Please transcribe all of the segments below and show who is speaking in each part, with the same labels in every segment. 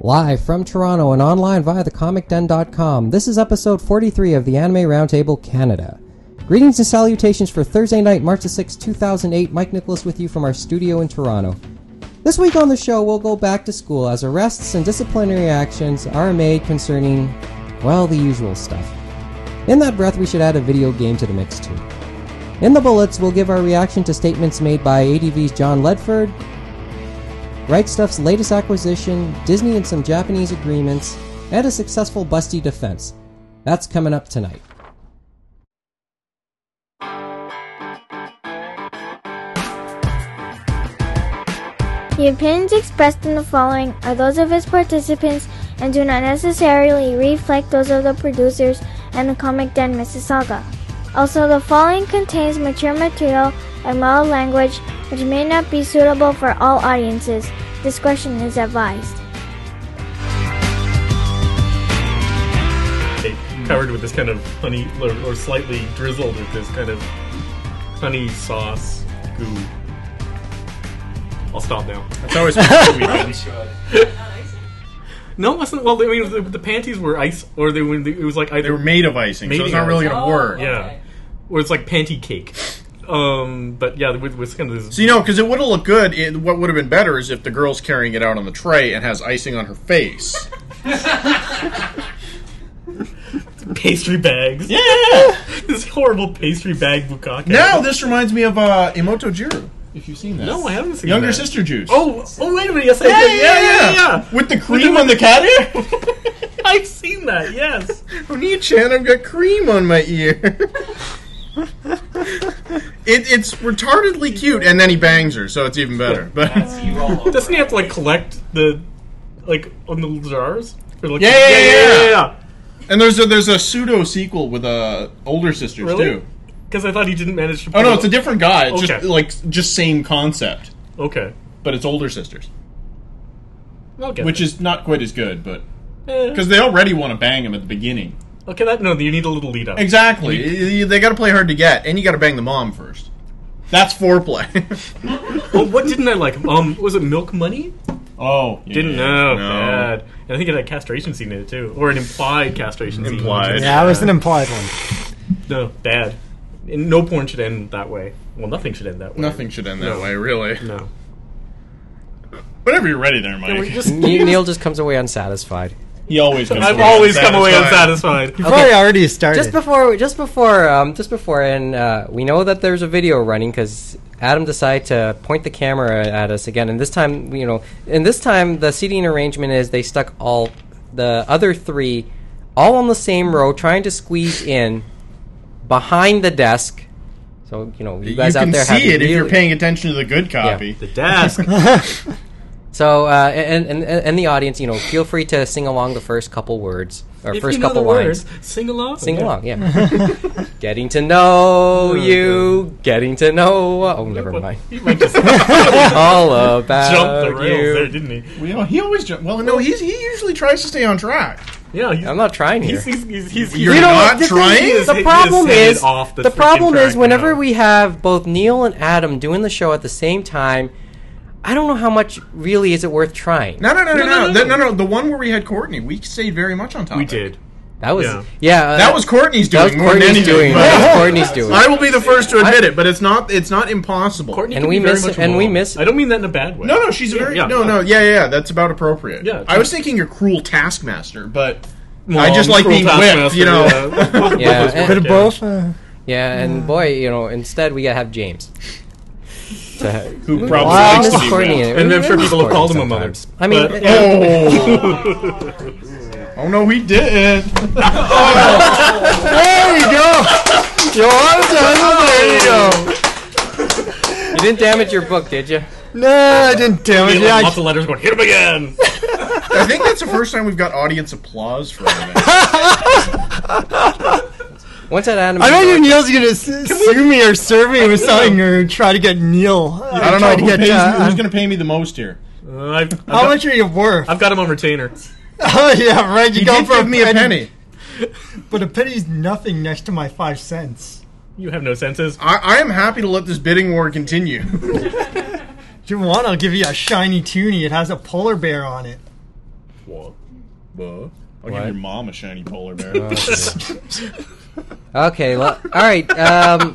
Speaker 1: Live from Toronto and online via thecomicden.com, this is episode 43 of the Anime Roundtable Canada. Greetings and salutations for Thursday night, March the 6th, 2008. Mike Nicholas with you from our studio in Toronto. This week on the show, we'll go back to school as arrests and disciplinary actions are made concerning, well, the usual stuff. In that breath, we should add a video game to the mix, too. In the bullets, we'll give our reaction to statements made by ADV's John Ledford, Right Stuff's latest acquisition, Disney and some Japanese agreements, and a successful Busty defense. That's coming up tonight.
Speaker 2: The opinions expressed in the following are those of its participants and do not necessarily reflect those of the producers and the Comic Den Mississauga. Also, the following contains mature material and mild language which may not be suitable for all audiences. Discretion is advised.
Speaker 3: They covered with this kind of honey, or, or slightly drizzled with this kind of honey sauce goo. I'll stop now. That's always No, it wasn't. Well, I mean, the, the panties were ice, or they were. It was like either
Speaker 4: They were made of icing, so
Speaker 3: Maybe
Speaker 4: it's not really gonna
Speaker 5: Oh,
Speaker 4: work.
Speaker 5: okay.
Speaker 3: Yeah. Or it's like panty cake. Um, but yeah, with, with kind of this.
Speaker 4: So you know, because it would have looked good. It, what would have been better is if the girl's carrying it out on the tray and has icing on her face.
Speaker 3: pastry bags.
Speaker 4: yeah.
Speaker 3: This horrible pastry bag bukkake.
Speaker 4: Now this reminds me of uh, Imoto Jiru. If you've seen that,
Speaker 3: No, I haven't seen
Speaker 4: Younger
Speaker 3: that.
Speaker 4: sister juice.
Speaker 3: Oh, oh, wait a minute. Yes, I
Speaker 4: yeah,
Speaker 3: did. Yeah, yeah, yeah.
Speaker 4: With the cream on the cat ear.
Speaker 3: I've seen that. Yes.
Speaker 4: Oni-chan, I've got cream on my ear. it, it's retardedly cute, and then he bangs her, so it's even better. But
Speaker 3: Doesn't he have to like collect the like on the little jars? Or, like,
Speaker 4: Yeah, yeah, yeah, yeah.
Speaker 3: yeah.
Speaker 4: and there's a there's a pseudo sequel with uh, older sisters
Speaker 3: Really?
Speaker 4: too.
Speaker 3: Because I thought he didn't manage to.
Speaker 4: Oh no, it's a different guy. It's just
Speaker 3: Okay.
Speaker 4: like just same concept,
Speaker 3: Okay.
Speaker 4: but it's older sisters,
Speaker 3: I'll get
Speaker 4: which
Speaker 3: there.
Speaker 4: is not quite as good, but
Speaker 3: Eh.
Speaker 4: because they already want to bang him at the beginning.
Speaker 3: okay. That no, you need a little lead up.
Speaker 4: Exactly. They got to play hard to get, and you got to bang the mom first. That's foreplay.
Speaker 3: Oh, what didn't I like? Um, was it Milk Money?
Speaker 4: oh, yeah.
Speaker 3: Didn't know.
Speaker 4: No.
Speaker 3: Bad. And I think it had a castration scene in it too, or an implied castration scene.
Speaker 4: Implied.
Speaker 6: Yeah, it was an implied one.
Speaker 3: No, bad. And no porn should end that way. Well, nothing should end that way.
Speaker 4: Nothing should end that
Speaker 3: No.
Speaker 4: way, really.
Speaker 3: No.
Speaker 4: Whenever you're ready, there,
Speaker 3: We
Speaker 4: Mike.
Speaker 3: just-
Speaker 1: Ne- Neil just comes away unsatisfied.
Speaker 4: He always. Comes
Speaker 3: I've
Speaker 4: away
Speaker 3: always come away
Speaker 4: unsatisfied.
Speaker 3: unsatisfied.
Speaker 6: You've probably already started.
Speaker 1: Just before, just before, um, just before, and uh, we know that there's a video running because Adam decided to point the camera at us again, and this time, you know, and this time the seating arrangement is they stuck all the other three all on the same row, trying to squeeze in behind the desk. So you know, you,
Speaker 4: You
Speaker 1: guys out
Speaker 4: can
Speaker 1: there have
Speaker 4: see it if you're
Speaker 1: really-
Speaker 4: paying attention to the good copy.
Speaker 3: The desk.
Speaker 1: So uh, and, and and the audience, you know, feel free to sing along the first couple words or
Speaker 3: If
Speaker 1: first
Speaker 3: you know
Speaker 1: couple
Speaker 3: the
Speaker 1: lines.
Speaker 3: words, sing along.
Speaker 1: Sing along, yeah. getting to know you, getting to know. Oh, never
Speaker 3: Oh, What-
Speaker 1: mind.
Speaker 3: He might just
Speaker 1: All about
Speaker 3: jump the rails
Speaker 1: you.
Speaker 3: there, didn't he?
Speaker 4: We all- he always. Jump. Well, no, he's, he usually tries to stay on track.
Speaker 3: Yeah, he's,
Speaker 1: I'm not trying here.
Speaker 3: he's, he's, he's, he's,
Speaker 4: You're
Speaker 1: You know
Speaker 4: not
Speaker 1: what, the thing
Speaker 4: trying?
Speaker 1: is,
Speaker 3: He
Speaker 1: the
Speaker 3: is
Speaker 1: problem
Speaker 3: headed
Speaker 1: is
Speaker 3: off the
Speaker 1: the, problem
Speaker 3: freaking
Speaker 1: is
Speaker 3: track
Speaker 1: whenever
Speaker 3: now.
Speaker 1: we have both Neil and Adam doing the show at the same time, I don't know how much really is it worth trying.
Speaker 4: No, no, no, no,
Speaker 3: No, no,
Speaker 4: no,
Speaker 3: no,
Speaker 4: no, no,
Speaker 3: no.
Speaker 4: no. The one where we had Courtney, we stayed very much on topic.
Speaker 3: we did.
Speaker 1: that was
Speaker 3: yeah.
Speaker 1: yeah. uh,
Speaker 4: That was Courtney's doing.
Speaker 1: that was
Speaker 4: more than
Speaker 1: Courtney's
Speaker 4: anything,
Speaker 1: doing.
Speaker 4: but-
Speaker 1: That was Courtney's doing.
Speaker 4: I will be the first to admit it, but it's not. It's not impossible.
Speaker 3: Courtney
Speaker 1: And
Speaker 3: can
Speaker 1: we
Speaker 3: be very
Speaker 1: miss-
Speaker 3: much
Speaker 1: and we
Speaker 3: involved.
Speaker 1: miss-
Speaker 3: I don't mean that in a bad way.
Speaker 4: No, no, she's a very.
Speaker 3: Yeah.
Speaker 4: No, no, yeah, yeah, yeah. That's about appropriate.
Speaker 3: Yeah.
Speaker 4: I was thinking your cruel taskmaster, but
Speaker 3: Well,
Speaker 4: I just like
Speaker 3: cruel
Speaker 4: being whipped.
Speaker 3: taskmaster,
Speaker 4: You know.
Speaker 3: yeah.
Speaker 1: Yeah, and-
Speaker 6: Bit of both. Uh,
Speaker 1: yeah, and boy, you know, instead we gotta have James. To-
Speaker 4: Who probably
Speaker 6: Wow.
Speaker 4: likes to
Speaker 1: Miss
Speaker 4: be
Speaker 1: Courtney.
Speaker 4: whipped.
Speaker 3: And I'm sure
Speaker 1: Miss
Speaker 3: people have
Speaker 1: Courtney
Speaker 3: called him a mother.
Speaker 1: sometimes. I mean,
Speaker 3: But-
Speaker 4: Oh. oh no, he didn't.
Speaker 6: there you go. You're on time. There you go.
Speaker 1: you didn't damage your book, did you?
Speaker 6: No, I didn't damage
Speaker 3: Like,
Speaker 6: it. Yeah,
Speaker 3: lots
Speaker 6: I-
Speaker 3: of letters going, hit him again!
Speaker 4: I think that's the first time we've got audience applause for him.
Speaker 1: Once that Adam,
Speaker 6: I bet you Neil's gonna s- sue me or serve me with something or try to get Neil. uh,
Speaker 4: I don't know
Speaker 6: try to
Speaker 4: who
Speaker 6: get,
Speaker 4: pays,
Speaker 6: uh,
Speaker 4: who's going to pay me the most here.
Speaker 3: Uh, I've, I've,
Speaker 6: How
Speaker 3: got,
Speaker 6: much are you worth?
Speaker 3: I've got him on retainer.
Speaker 6: oh yeah, right. You,
Speaker 4: You
Speaker 6: go
Speaker 4: did
Speaker 6: for
Speaker 4: give me a penny.
Speaker 6: but a penny's nothing next to my five cents.
Speaker 3: You have no senses.
Speaker 4: I, I am happy to let this bidding war continue.
Speaker 6: If you want, I'll give you a shiny toonie. It has a polar bear on it.
Speaker 4: What? What? I'll
Speaker 1: What? Uh.
Speaker 4: give your mom a shiny polar bear.
Speaker 1: Okay. Well, all right. Um,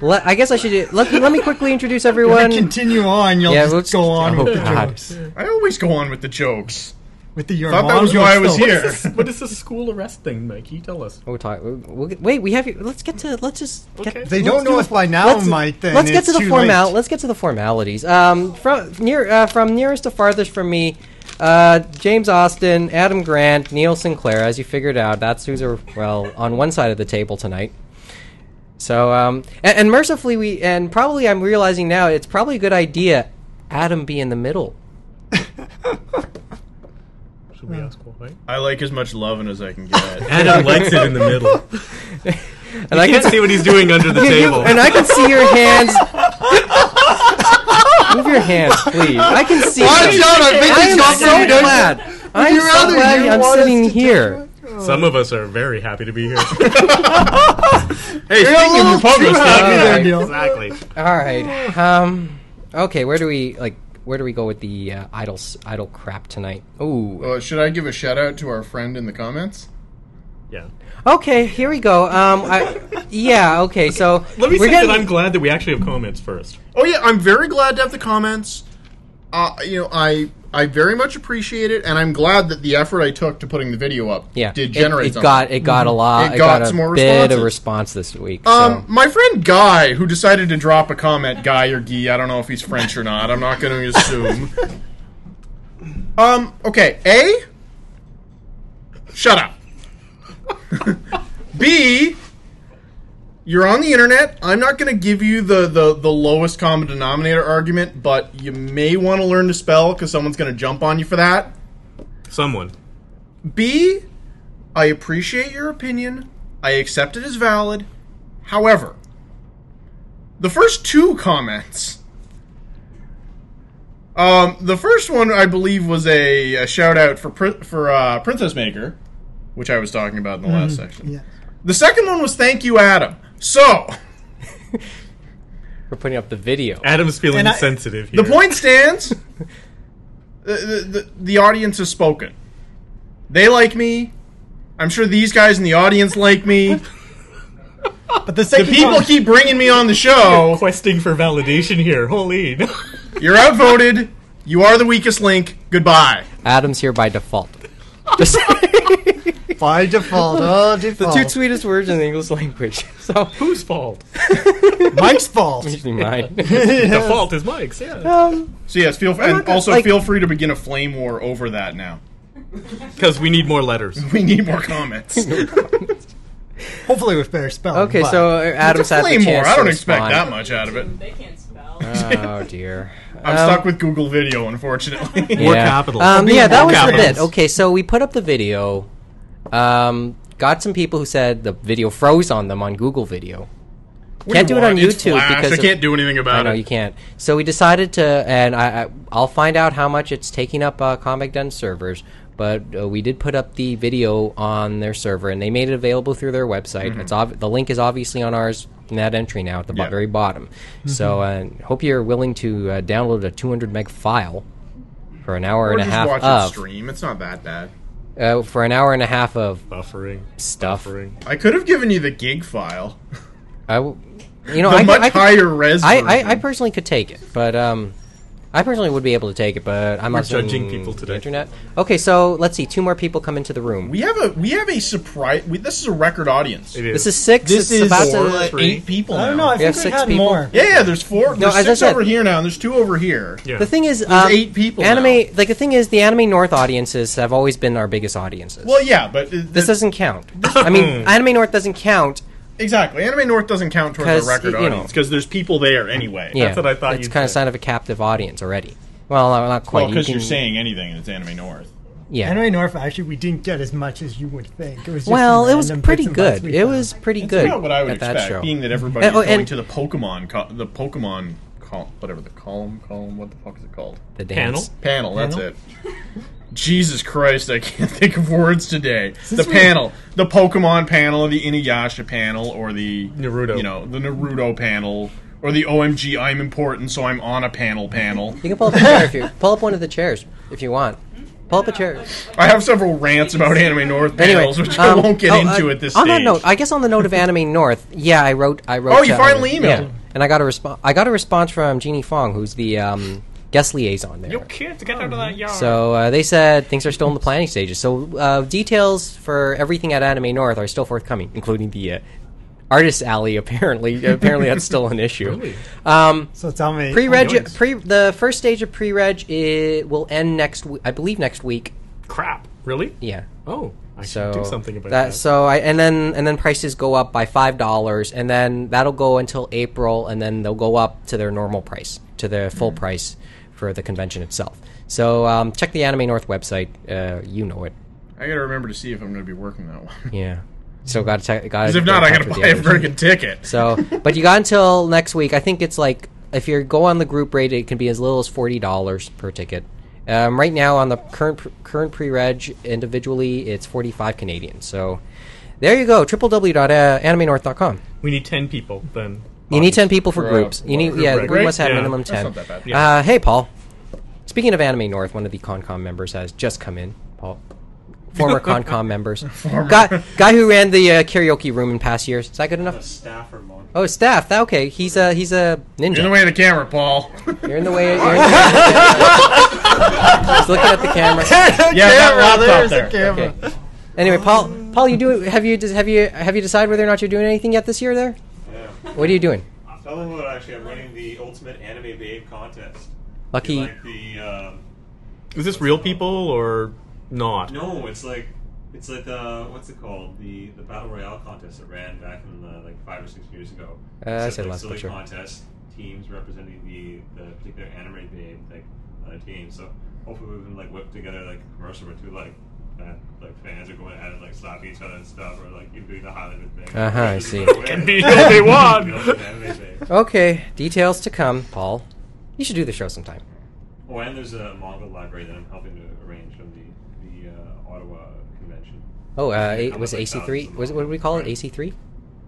Speaker 1: le- I guess I should. do- Let, let me quickly introduce everyone.
Speaker 6: continue on. You'll
Speaker 1: Yeah,
Speaker 6: just
Speaker 1: let's-
Speaker 6: go on
Speaker 1: oh,
Speaker 6: with the
Speaker 1: God.
Speaker 6: jokes.
Speaker 4: I always go on with the jokes.
Speaker 6: With the your
Speaker 4: Thought that
Speaker 6: mom
Speaker 4: was
Speaker 6: jokes,
Speaker 4: why I was
Speaker 6: though.
Speaker 4: here.
Speaker 3: This- what is this school arrest thing, Mikey? Tell us.
Speaker 1: We'll talk. We'll, we'll get, wait, we have. you- Let's get to. Let's just. Get,
Speaker 3: Okay.
Speaker 6: They don't know us by now,
Speaker 1: let's,
Speaker 6: Mike. Then
Speaker 1: let's get
Speaker 6: it's
Speaker 1: to the
Speaker 6: too
Speaker 1: formal.
Speaker 6: late.
Speaker 1: Let's get to the formalities. Um, from near, uh, from nearest to farthest from me, uh, James Austin, Adam Grant, Neil Sinclair. As you figured out, that's who's are, well on one side of the table tonight. So, um, and, and mercifully, we and probably I'm realizing now it's probably a good idea. Adam be in the middle.
Speaker 3: Should we ask why?
Speaker 4: I like as much loving as I can get.
Speaker 3: Adam likes it in the middle.
Speaker 1: And I
Speaker 3: I
Speaker 1: can
Speaker 3: can't see what he's doing under the
Speaker 1: you- you-
Speaker 3: table.
Speaker 1: and I can see your hands. Move your hands, please. I can see. them.
Speaker 6: Watch out!
Speaker 1: I
Speaker 6: I
Speaker 1: am
Speaker 6: think it's
Speaker 1: so glad. I'm
Speaker 6: your
Speaker 1: so
Speaker 6: other-
Speaker 1: glad
Speaker 6: you
Speaker 1: I'm
Speaker 6: want us
Speaker 1: sitting
Speaker 6: to do
Speaker 1: here.
Speaker 3: Some of us are very happy to be here.
Speaker 4: hey, speaking
Speaker 6: little
Speaker 4: of Pugos,
Speaker 6: too
Speaker 4: huh?
Speaker 6: happy there,
Speaker 1: Alright.
Speaker 6: Neil.
Speaker 3: exactly.
Speaker 1: All right. Um. Okay. Where do we like? Where do we go with the uh, idle s- idle crap tonight? Ooh.
Speaker 4: Uh, should I give a shout out to our friend in the comments?
Speaker 3: Yeah.
Speaker 1: Okay. Here we go. Um. I, yeah. Okay. So
Speaker 3: Let me
Speaker 1: we're
Speaker 3: say
Speaker 1: getting,
Speaker 3: that I'm glad that we actually have comments first.
Speaker 4: Oh yeah, I'm very glad to have the comments. Uh, you know, I I very much appreciate it, and I'm glad that the effort I took to putting the video up
Speaker 1: Yeah.
Speaker 4: did
Speaker 1: it-
Speaker 4: generate
Speaker 1: It,
Speaker 4: something.
Speaker 1: got it got a lot.
Speaker 4: It
Speaker 1: It
Speaker 4: got
Speaker 1: got, a
Speaker 4: some more
Speaker 1: bit of
Speaker 4: responses.
Speaker 1: response this week. so.
Speaker 4: Um, my friend Guy, who decided to drop a comment, Guy or Guy, I don't know if he's French or not. I'm not going to assume. um, okay. A. Shut up. B. You're on the internet. I'm not going to give you the, the, the lowest common denominator argument, but you may want to learn to spell because someone's going to jump on you for that.
Speaker 3: Someone.
Speaker 4: B, I appreciate your opinion. I accept it as valid. However, the first two comments. Um, the first one I believe was a, a shout out for Prin- for uh, Princess Maker, which I was talking about in the last section.
Speaker 6: Yeah.
Speaker 4: The second one was thank you, Adam. So
Speaker 1: We're putting up the video.
Speaker 3: Adam's feeling
Speaker 6: And I-
Speaker 3: sensitive here.
Speaker 4: the point stands. the, the, the, the audience has spoken. They like me. I'm sure these guys in the audience like me.
Speaker 6: But the second
Speaker 4: People
Speaker 6: one-
Speaker 4: keep bringing me on the show.
Speaker 3: questing for validation here. Holy.
Speaker 4: You're outvoted. You are the weakest link. Goodbye.
Speaker 1: Adam's here by default. Just-
Speaker 6: by default.
Speaker 4: uh,
Speaker 6: Oh, default.
Speaker 1: Two sweetest words in the English language. So
Speaker 3: Whose fault?
Speaker 6: Mike's fault.
Speaker 1: usually mine.
Speaker 3: The fault is Mike's, yeah.
Speaker 1: um,
Speaker 4: So yes, feel
Speaker 1: not
Speaker 4: and
Speaker 1: gonna,
Speaker 4: also
Speaker 1: like-
Speaker 4: feel free to begin a flame war over that now.
Speaker 3: Because we need more letters.
Speaker 4: We need more comments. flame
Speaker 6: Hopefully with better spelling.
Speaker 1: okay,
Speaker 6: but-
Speaker 1: so uh, Adam's had the chance
Speaker 4: war.
Speaker 1: to
Speaker 4: I don't expect
Speaker 1: respond.
Speaker 4: that much out of it.
Speaker 7: They can't spell.
Speaker 1: Oh dear.
Speaker 4: I'm stuck with Google Video, unfortunately.
Speaker 1: yeah.
Speaker 3: capital.
Speaker 1: Um, yeah, that
Speaker 3: More
Speaker 1: was the bit.
Speaker 3: capitals.
Speaker 1: Okay, so we put up the video. Um, got some people who said the video froze on them on Google Video.
Speaker 4: What
Speaker 1: Can't
Speaker 4: you
Speaker 1: do it on
Speaker 4: want? It's
Speaker 1: YouTube
Speaker 4: Flash.
Speaker 1: because
Speaker 4: I
Speaker 1: of-
Speaker 4: can't do anything
Speaker 1: I
Speaker 4: about
Speaker 1: know
Speaker 4: it.
Speaker 1: you can't. So we decided to, and I, I I'll find out how much it's taking up uh, Comic Den servers. But uh, we did put up the video on their server, and they made it available through their website. It's ob- the link is obviously on ours in that entry now at the bo-
Speaker 4: Yeah.
Speaker 1: very bottom. So uh, hope you're willing to uh, download a 200 meg file for an hour
Speaker 4: Or
Speaker 1: and a
Speaker 4: just
Speaker 1: half
Speaker 4: watch it
Speaker 1: of
Speaker 4: stream. It's not that bad.
Speaker 1: uh, for an hour and a half of
Speaker 3: Buffering.
Speaker 1: stuff.
Speaker 3: Buffering.
Speaker 4: I could have given you the gig file.
Speaker 1: I, w- you know,
Speaker 4: The
Speaker 1: I, could-
Speaker 4: much
Speaker 1: I, could-
Speaker 4: higher res.
Speaker 1: I, I, I
Speaker 4: version.
Speaker 1: personally could take it, but um, I personally would be able to take it, but I'm not
Speaker 3: judging people today.
Speaker 1: internet. Okay, so let's see. Two more people come into the room.
Speaker 4: we have a we have a surprise. We, this is a record audience.
Speaker 3: It is.
Speaker 1: this is six. it's
Speaker 6: This is
Speaker 1: about
Speaker 4: Four,
Speaker 1: to.
Speaker 3: three.
Speaker 4: eight people.
Speaker 6: I don't
Speaker 4: now.
Speaker 6: know. I think
Speaker 1: Yeah,
Speaker 6: we
Speaker 1: six
Speaker 6: had
Speaker 1: people.
Speaker 6: more.
Speaker 4: Yeah, yeah. There's four. There's
Speaker 1: as I
Speaker 4: six
Speaker 1: said-
Speaker 4: over here now, and there's two over here.
Speaker 3: Yeah.
Speaker 1: The thing is, um,
Speaker 4: eight people
Speaker 1: Anime,
Speaker 4: now.
Speaker 1: like the thing is, the anime North audiences have always been our biggest audiences.
Speaker 4: Well, yeah, but uh,
Speaker 1: this doesn't count. I mean, anime North doesn't count.
Speaker 4: exactly. Anime North doesn't count towards
Speaker 1: 'Cause,
Speaker 4: the record
Speaker 1: you know.
Speaker 4: audience because there's people there anyway.
Speaker 1: Yeah,
Speaker 3: what I thought
Speaker 1: It's
Speaker 3: you'd
Speaker 1: kind of
Speaker 3: say.
Speaker 1: sign of a captive audience already. Well, no, not quite.
Speaker 4: Well, because
Speaker 1: You
Speaker 4: you're
Speaker 1: can-
Speaker 4: saying anything, and it's Anime North.
Speaker 1: yeah.
Speaker 6: Henry North, actually, we didn't get as much as you would think. It was just
Speaker 1: well,
Speaker 6: some
Speaker 1: it was
Speaker 6: random
Speaker 1: pretty
Speaker 6: bits and bobs
Speaker 1: good.
Speaker 6: we
Speaker 1: It
Speaker 6: found.
Speaker 1: was pretty
Speaker 4: It's
Speaker 1: good
Speaker 4: about what I would
Speaker 1: at that
Speaker 4: expect,
Speaker 1: show.
Speaker 4: being that everybody's
Speaker 1: And- oh,
Speaker 4: going
Speaker 1: and-
Speaker 4: to the Pokemon, co- the Pokemon, col- whatever the column, column, what the fuck is it called?
Speaker 1: the
Speaker 3: Panel?
Speaker 1: dance.
Speaker 4: Panel. That's
Speaker 6: Panel?
Speaker 4: it. Jesus Christ, I can't think of words today. the
Speaker 6: we-
Speaker 4: panel, the Pokemon panel, or the Inuyasha panel, or the
Speaker 3: Naruto.
Speaker 4: you know, the Naruto panel, or the OMG, I'm important, so I'm on a panel panel.
Speaker 1: You can pull up a chair if you pull up one of the chairs if you want. Pull up a chair.
Speaker 4: I have several rants about Anime North
Speaker 1: Anyway,
Speaker 4: panels, which I
Speaker 1: um,
Speaker 4: won't get
Speaker 1: oh,
Speaker 4: into
Speaker 1: uh,
Speaker 4: at this
Speaker 1: On
Speaker 4: stage.
Speaker 1: that note, I guess on the note of Anime North, yeah, I wrote. I wrote.
Speaker 4: Oh, you
Speaker 1: uh,
Speaker 4: finally emailed
Speaker 1: yeah,
Speaker 4: him.
Speaker 1: and I got a response. I got a response from Jeannie Fong, who's the um, guest liaison there.
Speaker 3: You kids, get out of that yard.
Speaker 1: So uh, they said things are still in the planning stages. So uh, details for everything at Anime North are still forthcoming, including the uh, artist alley. Apparently, apparently that's still an issue.
Speaker 3: Really?
Speaker 1: Um,
Speaker 6: So tell me.
Speaker 1: pre-reg,
Speaker 3: nice.
Speaker 1: pre the first stage of pre-reg i will end next. W- I believe next week.
Speaker 3: crap. Really?
Speaker 1: Yeah.
Speaker 3: Oh, I
Speaker 1: So
Speaker 3: should do something about that.
Speaker 1: that- So I and then and then prices go up by five dollars, and then that'll go until April, and then they'll go up to their normal price, to their full
Speaker 3: Mm-hmm.
Speaker 1: price for the convention itself. So um, check the Anime North website. Uh, you know it.
Speaker 4: I gotta remember to see if I'm gonna be working that one.
Speaker 1: Yeah. So got to got.
Speaker 4: 'Cause if not, I gotta buy a freaking ticket.
Speaker 1: So, but you got until next week. I think it's like if you go on the group rate, it can be as little as forty dollars per ticket. Um, right now, on the current pr- current pre-reg individually, it's forty five Canadian. So, there you go. www.animenorth.com.
Speaker 3: we need ten people then.
Speaker 1: You need ten people for
Speaker 4: For, uh,
Speaker 1: groups. You need
Speaker 4: group
Speaker 1: yeah,
Speaker 3: reg.
Speaker 1: we must have
Speaker 3: Yeah.
Speaker 1: minimum
Speaker 4: That's
Speaker 1: ten.
Speaker 4: not that bad.
Speaker 1: Uh, hey, Paul. Speaking of Anime North, one of the ConCom members has just come in. Paul, former ConCom members, guy guy who ran the uh, karaoke room in past years. Is that good enough?
Speaker 8: staffer mode.
Speaker 1: Oh, staff. That, okay, he's a he's a ninja.
Speaker 4: You're in the way of the camera, Paul.
Speaker 1: You're in the way. You're in the way. He's looking at the camera.
Speaker 4: Yeah, that laptop
Speaker 6: there's
Speaker 4: there.
Speaker 6: a camera.
Speaker 1: Okay. Anyway, Paul, Paul, you do have you have you have you decided whether or not you're doing anything yet this year? There.
Speaker 8: Yeah.
Speaker 1: What are you doing?
Speaker 8: Tell what actually, I'm running the Ultimate Anime Babe contest. If
Speaker 1: Lucky.
Speaker 8: you like the, um,
Speaker 3: Is this real people or not?
Speaker 8: no, it's like, it's like the, what's it called? The the Battle Royale contest that ran back in the, like five or six years ago.
Speaker 1: Uh, I
Speaker 8: Except,
Speaker 1: said
Speaker 8: like,
Speaker 1: last
Speaker 8: silly
Speaker 1: picture.
Speaker 8: contest teams representing the, the particular anime babe, like, on a team. So hopefully we can, like, whip together, like, a commercial or two, like, that, like fans are going at it, like slapping each other and stuff, or like you doing the Highlander thing.
Speaker 1: Uh-huh, I see.
Speaker 3: Can be all they want.
Speaker 1: Okay. Details to come, Paul. You should do the show sometime.
Speaker 8: Oh, and there's a manga library that I'm helping to arrange from the, the uh, Ottawa convention.
Speaker 1: Oh, uh, a, was it AC3? Was it what do we call it? AC3?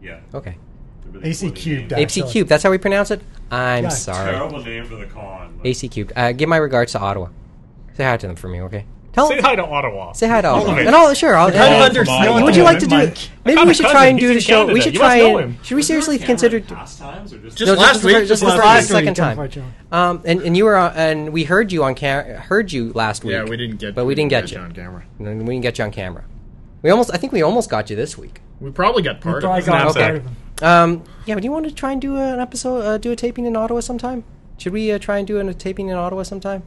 Speaker 8: Yeah.
Speaker 1: Okay.
Speaker 8: they're really
Speaker 6: AC
Speaker 8: cool
Speaker 6: cubed.
Speaker 8: names.
Speaker 6: That's
Speaker 1: AC
Speaker 6: all.
Speaker 1: cubed. That's how we pronounce it. I'm
Speaker 6: Yeah.
Speaker 1: sorry.
Speaker 8: Terrible name for the con. like-
Speaker 1: AC cubed. Uh, give my regards to Ottawa. Say hi to them for me, okay? Tell
Speaker 3: Say
Speaker 1: them.
Speaker 3: hi to Ottawa.
Speaker 1: Say hi to Ottawa.
Speaker 3: of it.
Speaker 1: And I'll sure. I'll,
Speaker 6: Kind of
Speaker 1: I'll-
Speaker 6: under
Speaker 3: Mike.
Speaker 6: snow at
Speaker 1: Would
Speaker 6: the
Speaker 1: you like to do?
Speaker 6: moment, Mike.
Speaker 1: Maybe
Speaker 3: Kinda
Speaker 1: we should
Speaker 3: cousin.
Speaker 1: try and do
Speaker 3: He's
Speaker 1: the
Speaker 3: in
Speaker 1: show. We
Speaker 3: Canada.
Speaker 1: should
Speaker 3: You must
Speaker 1: try
Speaker 3: know
Speaker 1: and
Speaker 3: him.
Speaker 1: should we seriously consider?
Speaker 8: Past times or just,
Speaker 4: Just
Speaker 1: No,
Speaker 4: last
Speaker 1: just the
Speaker 4: week,
Speaker 1: fir- just
Speaker 4: just
Speaker 1: the
Speaker 4: last
Speaker 1: fir-
Speaker 4: week.
Speaker 1: second time.
Speaker 6: Unfortunately.
Speaker 1: Um, and, and you were on, and we heard you on ca- heard you last week.
Speaker 4: Yeah, we didn't get.
Speaker 1: but we didn't get you.
Speaker 4: on camera.
Speaker 1: And we didn't get you on camera. We almost. I think we almost got you this week.
Speaker 4: We probably got part
Speaker 6: Probably
Speaker 4: of it.
Speaker 3: Snapchat.
Speaker 6: got part of them.
Speaker 1: Um, yeah, but do you want to try and do an episode, uh, do a taping in Ottawa sometime? Should we uh, try and do an- a taping in Ottawa sometime?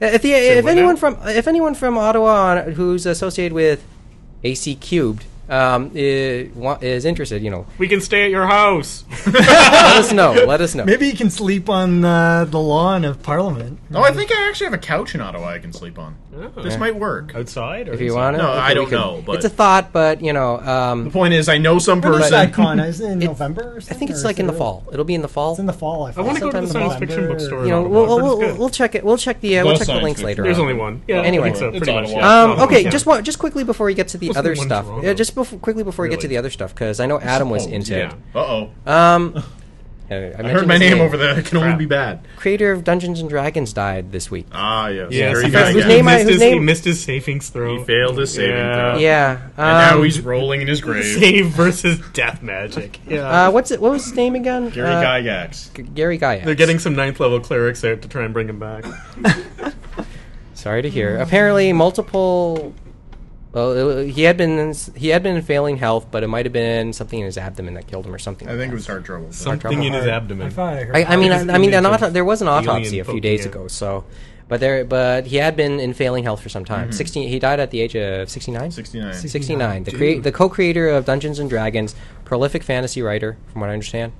Speaker 1: Uh, If the, if
Speaker 3: what
Speaker 1: anyone
Speaker 3: now?
Speaker 1: from if anyone from Ottawa on, who's associated with AC Cubed um, i- wa- is interested, you know,
Speaker 3: We can stay at your house.
Speaker 1: let us know. Let us know.
Speaker 6: Maybe you can sleep on uh, the lawn of Parliament.
Speaker 4: Oh, I think I actually have a couch in Ottawa I can sleep on. This might work.
Speaker 3: Oh. outside or
Speaker 1: if you want to.
Speaker 4: No, I don't know, but-
Speaker 1: it's a thought, but you know, um,
Speaker 4: The point is, I know some
Speaker 6: When's
Speaker 4: person.
Speaker 6: that con? Is it in November? Or
Speaker 1: I
Speaker 6: something,
Speaker 1: think it's
Speaker 6: or
Speaker 1: like
Speaker 6: is
Speaker 1: in the
Speaker 6: it-
Speaker 1: fall. It'll be in the fall.
Speaker 6: It's in the fall. I,
Speaker 3: I want to go
Speaker 1: Sometime
Speaker 3: to the
Speaker 1: in
Speaker 3: science
Speaker 1: November,
Speaker 3: fiction bookstore.
Speaker 1: you
Speaker 3: in
Speaker 1: know,
Speaker 3: Ottawa.
Speaker 1: we'll,
Speaker 3: It's
Speaker 1: we'll,
Speaker 3: good.
Speaker 1: we'll, we'll check it. We'll check the uh, we'll
Speaker 4: Well,
Speaker 1: check the
Speaker 4: science
Speaker 1: links
Speaker 4: fiction.
Speaker 1: later.
Speaker 3: There's
Speaker 1: on.
Speaker 3: only one. Yeah. I
Speaker 1: Anyway.
Speaker 3: think so,
Speaker 4: It's
Speaker 3: pretty much.
Speaker 4: Ottawa.
Speaker 3: yeah.
Speaker 1: Um,
Speaker 3: Ottawa.
Speaker 1: okay,
Speaker 3: Yeah.
Speaker 1: just wa- just quickly before we get to the
Speaker 3: What's the
Speaker 1: other
Speaker 3: one
Speaker 1: stuff.
Speaker 3: wrong,
Speaker 1: Yeah,
Speaker 3: though?
Speaker 1: just before, quickly before we get to
Speaker 3: Really?
Speaker 1: the other stuff, because I know Adam was into
Speaker 3: yeah.
Speaker 1: it.
Speaker 4: Uh oh.
Speaker 1: Um, um, I,
Speaker 4: I
Speaker 1: mentioned
Speaker 4: heard my
Speaker 1: his
Speaker 4: name over there. It can only
Speaker 3: Crap.
Speaker 4: be bad.
Speaker 1: Creator of Dungeons and Dragons died this week.
Speaker 4: Ah, yes.
Speaker 3: Yes,
Speaker 4: There
Speaker 3: he,
Speaker 4: you
Speaker 1: guys-
Speaker 4: go.
Speaker 3: missed,
Speaker 1: whose
Speaker 3: he,
Speaker 1: name I-
Speaker 3: missed
Speaker 1: whose
Speaker 3: his, he
Speaker 1: name-
Speaker 3: missed his savings throw.
Speaker 4: He failed his saving
Speaker 3: Yeah.
Speaker 4: throw.
Speaker 1: yeah. Um,
Speaker 4: Uh, And now he's rolling in his grave.
Speaker 3: Save versus death magic. Yeah.
Speaker 1: uh, what's it? What was his name again?
Speaker 4: Gary
Speaker 1: uh,
Speaker 4: Gygax.
Speaker 1: G- Gary Gygax.
Speaker 3: They're getting some ninth level clerics out to try and bring him back.
Speaker 1: Sorry to hear. Apparently, multiple. Well, it- he had been in, s- he had been in failing health, but it might have been something in his abdomen that killed him or something.
Speaker 4: I
Speaker 1: like
Speaker 4: think it
Speaker 1: that.
Speaker 4: was heart trouble. but-
Speaker 3: Something in his abdomen.
Speaker 6: I thought I heard.
Speaker 1: I, I mean,
Speaker 3: Because
Speaker 1: I, I mean, an
Speaker 3: it's
Speaker 1: auto- there was an
Speaker 3: alien
Speaker 1: autopsy a few
Speaker 3: poking
Speaker 1: days
Speaker 3: it.
Speaker 1: ago. So, but there, but he had been in failing health for some time. Sixteen, he died at the age of sixty-nine.
Speaker 4: 69.
Speaker 1: Sixty-nine. The crea- the co-creator of Dungeons and Dragons, prolific fantasy writer, from what I understand.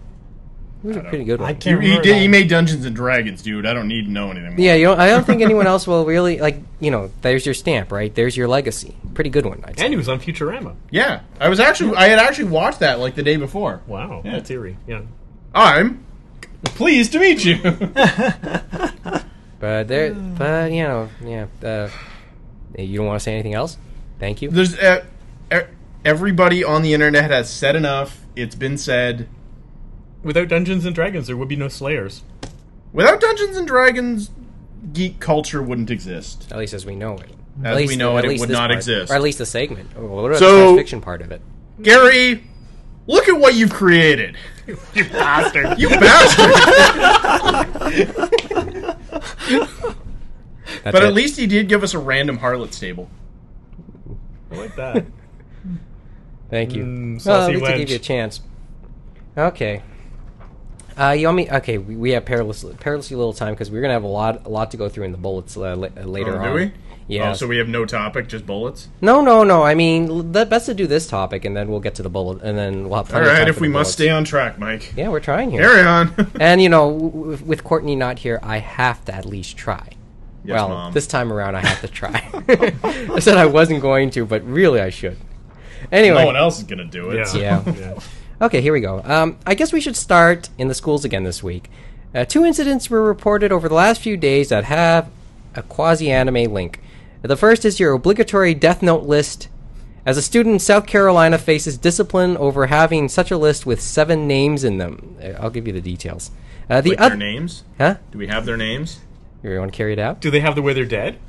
Speaker 1: He was a pretty good
Speaker 6: I
Speaker 1: one.
Speaker 4: He,
Speaker 6: can't
Speaker 4: he,
Speaker 6: remember.
Speaker 4: did, he
Speaker 6: that.
Speaker 4: made Dungeons and Dragons, dude. I don't need to know anything. More.
Speaker 1: Yeah, you don't, I don't think anyone else will really like. You know, there's your stamp, right? There's your legacy. Pretty good one, I'd say.
Speaker 3: And he was on Futurama.
Speaker 4: Yeah. I was actually, I had actually watched that like the day before.
Speaker 3: Wow.
Speaker 4: Yeah.
Speaker 3: That's eerie. Yeah.
Speaker 4: I'm pleased to meet you.
Speaker 1: But there, but you know, yeah. Uh, you don't want to say anything else? Thank you.
Speaker 4: There's uh, e- everybody on the internet has said enough. It's been said.
Speaker 3: Without Dungeons and Dragons, there would be no Slayers.
Speaker 4: Without Dungeons and Dragons, geek culture wouldn't exist.
Speaker 1: At least as we know it.
Speaker 4: As we know
Speaker 1: at
Speaker 4: it, it
Speaker 1: least
Speaker 4: would
Speaker 1: this
Speaker 4: not
Speaker 1: part.
Speaker 4: exist.
Speaker 1: Or at least the segment. Or what about
Speaker 4: So-
Speaker 1: the science fiction part of it?
Speaker 4: Gary, look at what you've created.
Speaker 3: You bastard.
Speaker 4: You bastard!
Speaker 1: That's
Speaker 4: but
Speaker 1: it.
Speaker 4: at least he did give us a random harlot stable. Oh,
Speaker 3: I like that.
Speaker 1: Thank you.
Speaker 3: Mm,
Speaker 1: well, at
Speaker 3: saucy
Speaker 1: least I gave
Speaker 3: wench.
Speaker 1: you a chance. Okay. Uh, you want me? Okay, we, we have perilous, perilously little time because we're gonna have a lot, a lot to go through in the bullets uh, la- uh, later
Speaker 4: Oh,
Speaker 1: on.
Speaker 4: do we?
Speaker 1: Yeah.
Speaker 4: Oh, so we have no topic, just bullets.
Speaker 1: No, no, no. I mean, l- the best to do this topic, and then we'll get to the bullet, and then we'll have
Speaker 4: All
Speaker 1: plenty of
Speaker 4: right,
Speaker 1: time
Speaker 4: if
Speaker 1: for the
Speaker 4: we must
Speaker 1: bullets.
Speaker 4: stay on track, Mike.
Speaker 1: Yeah, Eh, we're trying here.
Speaker 4: Carry on.
Speaker 1: And you know, w- w- with Courtney not here, I have to at least try.
Speaker 4: Yes,
Speaker 1: well,
Speaker 4: Mom.
Speaker 1: this time around, I have to try. I said I wasn't going to, but really, I should. Anyway,
Speaker 4: no one else is gonna do it.
Speaker 3: Yeah.
Speaker 4: so-
Speaker 1: Yeah. Okay, here we go. Um, I guess we should start in the schools again this week. Uh, two incidents were reported over the last few days that have a quasi anime link. The first is your obligatory Death Note list. As a student in South Carolina faces discipline over having such a list with seven names in them. Uh, I'll give you the details. Uh, the
Speaker 4: Like
Speaker 1: other
Speaker 4: their names?
Speaker 1: Huh?
Speaker 4: Do we have their names?
Speaker 1: You want to carry it out?
Speaker 3: Do they have the way they're dead?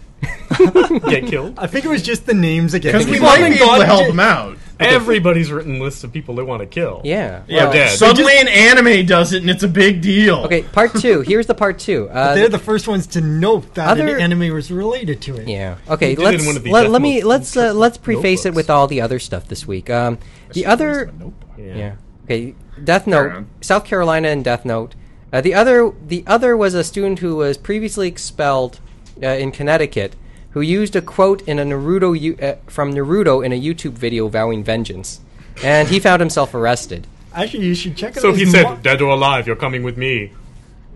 Speaker 3: Get killed?
Speaker 6: I think it was just the names again.
Speaker 4: Because we
Speaker 6: People
Speaker 4: might be
Speaker 6: haven't
Speaker 4: able to
Speaker 6: gotten
Speaker 4: help them out.
Speaker 3: Everybody's written lists of people they want to kill.
Speaker 1: Yeah.
Speaker 3: Yeah,
Speaker 1: well-
Speaker 3: dead.
Speaker 4: Suddenly, an anime does it, and it's a big deal.
Speaker 1: Okay, part two. Here's the part two. Uh,
Speaker 6: They're the first ones to know that
Speaker 1: Other-
Speaker 6: an anime was related to it.
Speaker 1: Yeah. Okay.
Speaker 3: did it
Speaker 1: Let's
Speaker 3: in one of the
Speaker 1: let,
Speaker 3: Death
Speaker 1: let me
Speaker 3: Note
Speaker 1: let's uh, let's preface it
Speaker 3: notebooks.
Speaker 1: with all the other stuff this week. Um, the other
Speaker 3: Yeah.
Speaker 1: yeah. Okay. Death Note,
Speaker 4: on.
Speaker 1: South Carolina, and Death Note. Uh, the other the other was a student who was previously expelled uh, in Connecticut who used a quote in a Naruto you- uh, from Naruto in a YouTube video vowing vengeance, and he found himself arrested.
Speaker 6: Actually, you should check out.
Speaker 3: So if he
Speaker 6: his
Speaker 3: said,
Speaker 6: mo-
Speaker 3: "Dead or alive, you're coming with me."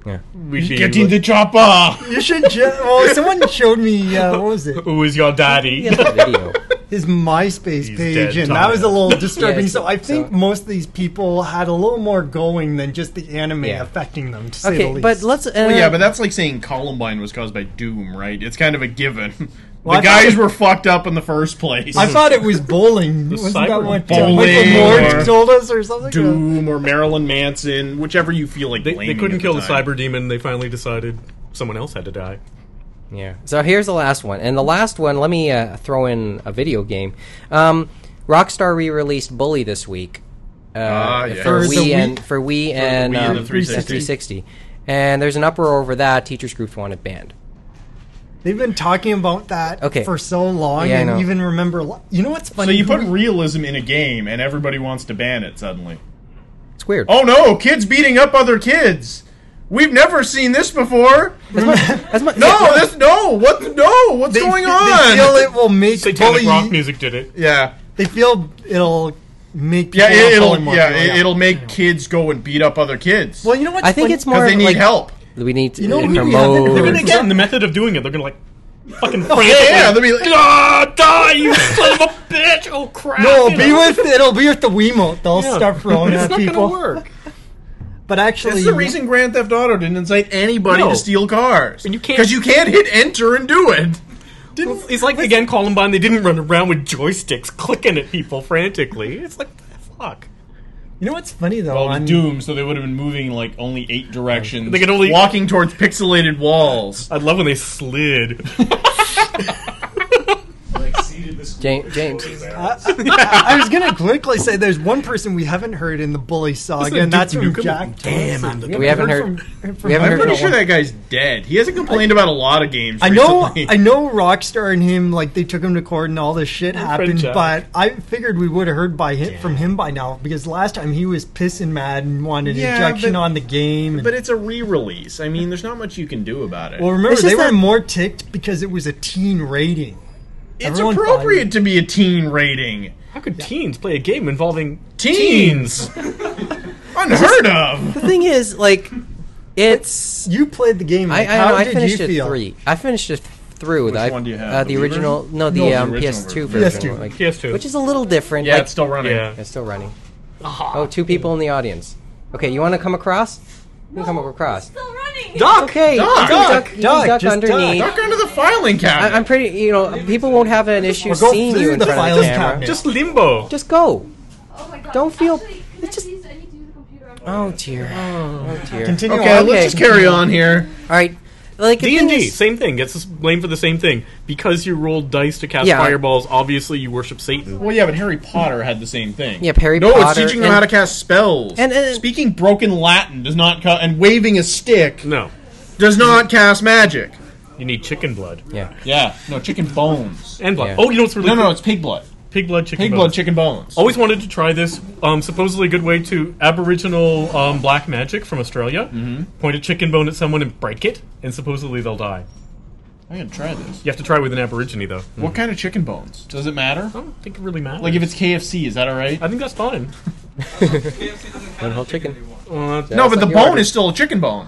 Speaker 1: Yeah.
Speaker 3: We should
Speaker 4: Get in the chopper.
Speaker 6: you should. Che- well, someone showed me uh, what was it?
Speaker 3: Who is your
Speaker 1: He
Speaker 3: daddy?
Speaker 1: has a video.
Speaker 6: His MySpace
Speaker 3: He's
Speaker 6: page,
Speaker 3: dead,
Speaker 6: and
Speaker 3: Tom.
Speaker 6: that was a little disturbing.
Speaker 1: Yeah,
Speaker 6: so I
Speaker 1: so-
Speaker 6: think most of these people had a little more going than just the anime
Speaker 1: Yeah.
Speaker 6: affecting them. To say the
Speaker 1: okay,
Speaker 6: least.
Speaker 1: but let's. Uh,
Speaker 4: Well, yeah, but that's like saying Columbine was caused by Doom, right? It's kind of a given. The
Speaker 6: Well, I thought
Speaker 4: guys
Speaker 6: it-
Speaker 4: were fucked up in the first place.
Speaker 6: I thought it was bowling. Wasn't that
Speaker 3: cyber-
Speaker 6: what uh,
Speaker 4: Bowling
Speaker 6: Michael
Speaker 4: or-
Speaker 6: Moore told us, or something?
Speaker 4: Doom or Marilyn Manson, whichever you feel like.
Speaker 3: They, they
Speaker 4: blaming
Speaker 3: couldn't
Speaker 4: at
Speaker 3: kill the
Speaker 4: time.
Speaker 3: cyber demon. They finally decided someone else had to die.
Speaker 1: Yeah. So here's the last one, and the last one. Let me uh, throw in a video game. Um, Rockstar re-released Bully this week uh,
Speaker 4: Ah, yes.
Speaker 1: for,
Speaker 6: For the
Speaker 1: Wii and
Speaker 6: Wii-
Speaker 1: for Wii and,
Speaker 4: Wii and the
Speaker 1: um,
Speaker 4: 360.
Speaker 1: 360. And there's an uproar over that. Teachers groups want it banned.
Speaker 6: They've been talking about that
Speaker 1: Okay.
Speaker 6: for so long,
Speaker 1: Yeah, I know.
Speaker 6: and even remember. lo- You know what's
Speaker 4: So
Speaker 6: funny?
Speaker 4: you put
Speaker 6: We-
Speaker 4: realism in a game, and everybody wants to ban it suddenly.
Speaker 1: It's weird.
Speaker 4: Oh no, kids beating up other kids. We've never seen this before.
Speaker 1: That's my-
Speaker 4: No, this no. What no? What's
Speaker 6: they,
Speaker 4: going
Speaker 6: they
Speaker 4: on?
Speaker 6: feel it will make
Speaker 3: Satanic
Speaker 6: bully-
Speaker 3: rock music did it.
Speaker 4: Yeah.
Speaker 6: They feel it'll make
Speaker 4: Yeah,
Speaker 6: people
Speaker 4: it,
Speaker 6: bully
Speaker 4: it'll
Speaker 6: more
Speaker 4: yeah,
Speaker 6: people,
Speaker 4: it, will make kids go and beat up other kids
Speaker 6: oh, Well, you know what?
Speaker 1: I think it's more.
Speaker 4: because they need
Speaker 1: like,
Speaker 4: help.
Speaker 1: We need to
Speaker 6: You know who we have-
Speaker 1: promote.
Speaker 6: they're gonna
Speaker 3: And again, the method of doing it, they're gonna like fucking
Speaker 4: Yeah,
Speaker 3: frantically
Speaker 4: they'll be like,
Speaker 3: "Ah, die, you son of a bitch! Oh crap!
Speaker 6: No,
Speaker 3: you
Speaker 6: be
Speaker 3: know?
Speaker 6: with it'll be with the Wiimote. They'll
Speaker 3: Yeah.
Speaker 6: start throwing
Speaker 3: It's
Speaker 6: at
Speaker 3: not
Speaker 6: people.
Speaker 3: gonna work.
Speaker 6: But actually,
Speaker 4: That's the reason Grand Theft Auto didn't incite anybody
Speaker 3: No.
Speaker 4: to steal cars.
Speaker 3: And you can't-
Speaker 4: because you can't hit enter and do it.
Speaker 3: Didn't, it's like again Columbine. They didn't run around with joysticks clicking at people frantically. It's like what the fuck.
Speaker 6: you know what's funny though? on-
Speaker 4: Doom, so they would have been moving like only eight directions.
Speaker 3: They could only-
Speaker 4: walking towards pixelated walls.
Speaker 3: I love when they slid.
Speaker 8: Like seeded the school.
Speaker 1: James, James.
Speaker 6: I, I- I was gonna quickly say there's one person we haven't heard in the bully saga, and that's from Jack. Damn,
Speaker 1: We haven't heard. we haven't
Speaker 4: I'm
Speaker 1: heard.
Speaker 4: pretty
Speaker 1: from
Speaker 4: sure
Speaker 1: one-
Speaker 4: that guy's dead. He hasn't complained about a lot of games.
Speaker 6: I know,
Speaker 4: recently.
Speaker 6: I know, Rockstar and him like they took him to court and all this shit happened,
Speaker 3: Jack.
Speaker 6: but I figured we would have heard by him, from him by now because last time he was pissing mad and wanted
Speaker 4: Yeah,
Speaker 6: injection
Speaker 4: but-
Speaker 6: on the game. and-
Speaker 4: But it's a re-release. I mean, there's not much you can do about it.
Speaker 6: well, remember
Speaker 1: It's just
Speaker 6: they were
Speaker 1: that-
Speaker 6: more ticked because it was a teen rating.
Speaker 4: it's
Speaker 6: everyone
Speaker 4: appropriate to be a teen rating.
Speaker 3: How could teens play a game involving
Speaker 4: Teens, unheard of.
Speaker 1: The thing is, like, it's.
Speaker 6: You played the game.
Speaker 1: I,
Speaker 6: Like,
Speaker 1: I,
Speaker 6: how
Speaker 1: know, I
Speaker 6: did
Speaker 1: finished
Speaker 6: you
Speaker 1: it
Speaker 6: feel?
Speaker 1: three. I finished it through. Which
Speaker 4: one do you have,
Speaker 1: Uh,
Speaker 4: the
Speaker 1: the
Speaker 4: Wii
Speaker 1: original, no, the,
Speaker 4: No, the
Speaker 1: um,
Speaker 4: original
Speaker 1: PS2
Speaker 4: version.
Speaker 1: version,
Speaker 6: PS2.
Speaker 1: like,
Speaker 3: PS2.
Speaker 1: which is a little different.
Speaker 4: Yeah,
Speaker 1: like,
Speaker 4: it's still running.
Speaker 3: Yeah.
Speaker 1: it's still running. Oh, two people in the audience. Okay, you want to come across? You can come across.
Speaker 7: Still running.
Speaker 1: Okay, you
Speaker 4: Duck,
Speaker 1: can duck, you can
Speaker 6: duck,
Speaker 1: duck
Speaker 6: just
Speaker 1: underneath.
Speaker 4: Duck under the filing
Speaker 1: I,
Speaker 4: cabinet.
Speaker 1: I'm pretty. You know, people won't have an issue
Speaker 6: go
Speaker 1: seeing
Speaker 6: through
Speaker 1: you in
Speaker 6: the
Speaker 1: front of the
Speaker 6: files
Speaker 1: camera.
Speaker 6: cabinet.
Speaker 3: just limbo?
Speaker 1: Just go.
Speaker 7: Oh my god.
Speaker 1: Don't feel-
Speaker 7: Actually,
Speaker 1: it's
Speaker 7: next
Speaker 1: just-
Speaker 7: these, I need to use the computer.
Speaker 1: Oh dear. Oh dear.
Speaker 6: Continue
Speaker 4: okay,
Speaker 6: on.
Speaker 1: Okay.
Speaker 4: let's just carry on here.
Speaker 1: All right. like the
Speaker 3: D
Speaker 1: thing
Speaker 3: and D,
Speaker 1: is-
Speaker 3: same thing. Gets blamed for the same thing because you rolled dice to cast
Speaker 1: Yeah.
Speaker 3: fireballs. Obviously, you worship Satan.
Speaker 4: Well, yeah, but Harry Potter had the same thing.
Speaker 1: Yeah, Harry
Speaker 4: no,
Speaker 1: Potter
Speaker 4: it's teaching them
Speaker 1: and-
Speaker 4: how to cast spells.
Speaker 1: and- and-
Speaker 4: speaking broken Latin does not ca- and waving a stick
Speaker 3: No,
Speaker 4: does not cast magic.
Speaker 3: you need chicken blood
Speaker 1: Yeah.
Speaker 4: Yeah, no chicken bones.
Speaker 3: and blood.
Speaker 1: Yeah.
Speaker 3: Oh, you know what's really
Speaker 4: No, no,
Speaker 3: cool?
Speaker 4: it's pig blood.
Speaker 3: pig blood, chicken
Speaker 4: Pig
Speaker 3: bones.
Speaker 4: blood, chicken bones.
Speaker 3: Always wanted to try this. Um, supposedly good way to Aboriginal um, black magic from Australia. Mm-hmm. Point a chicken bone at someone and break it, and supposedly they'll die.
Speaker 4: I gotta try this.
Speaker 3: You have to try with an Aborigine though.
Speaker 4: What kind of chicken bones? Does it matter?
Speaker 3: I don't think it really matters.
Speaker 4: Like if it's KFC, is that all right?
Speaker 3: I think that's fine.
Speaker 1: One whole chicken.
Speaker 3: Uh,
Speaker 4: No, but the
Speaker 1: you
Speaker 4: bone
Speaker 1: ordered.
Speaker 4: is still a chicken bone,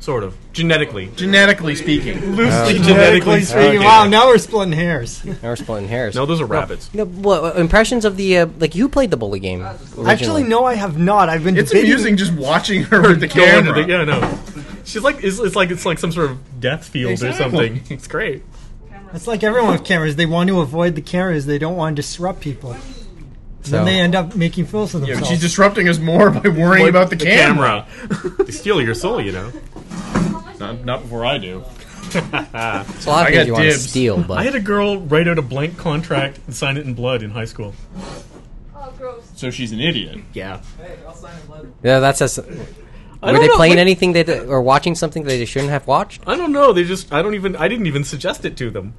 Speaker 3: Sort of genetically.
Speaker 4: genetically speaking.
Speaker 3: Loosely
Speaker 6: Genetically
Speaker 3: okay.
Speaker 6: speaking, wow, now we're splitting hairs.
Speaker 1: Now we're splitting hairs.
Speaker 3: No, those are rabbits.
Speaker 1: No, what, impressions of the uh, like you played the bully game. originally.
Speaker 6: Actually, no, I have not. I've been
Speaker 4: It's
Speaker 6: debating-
Speaker 4: amusing just watching her with the
Speaker 3: Go under
Speaker 4: camera.
Speaker 3: the- yeah, no. She's like it's, it's like it's like some sort of death field or something. It's great.
Speaker 6: It's like everyone with cameras. They want to avoid the cameras. They don't want to disrupt people.
Speaker 1: So-
Speaker 6: Then they end up making fools of
Speaker 4: Yeah,
Speaker 6: themselves.
Speaker 4: she's disrupting us more by worrying
Speaker 3: Like
Speaker 4: about the, camera.
Speaker 3: they steal your soul, you know.
Speaker 4: Not, not before I do.
Speaker 1: It's a lot of
Speaker 4: I
Speaker 1: things
Speaker 4: got
Speaker 1: you want to
Speaker 4: dibs.
Speaker 1: steal, but
Speaker 3: I had a girl write out a blank contract and sign it in blood in high school.
Speaker 7: oh,
Speaker 4: So she's an idiot.
Speaker 1: yeah. Yeah, that's us. Were
Speaker 3: don't
Speaker 1: they
Speaker 3: know,
Speaker 1: playing
Speaker 3: like-
Speaker 1: anything they did, or watching something they shouldn't have watched?
Speaker 3: I don't know. They just I don't even I didn't even suggest it to them.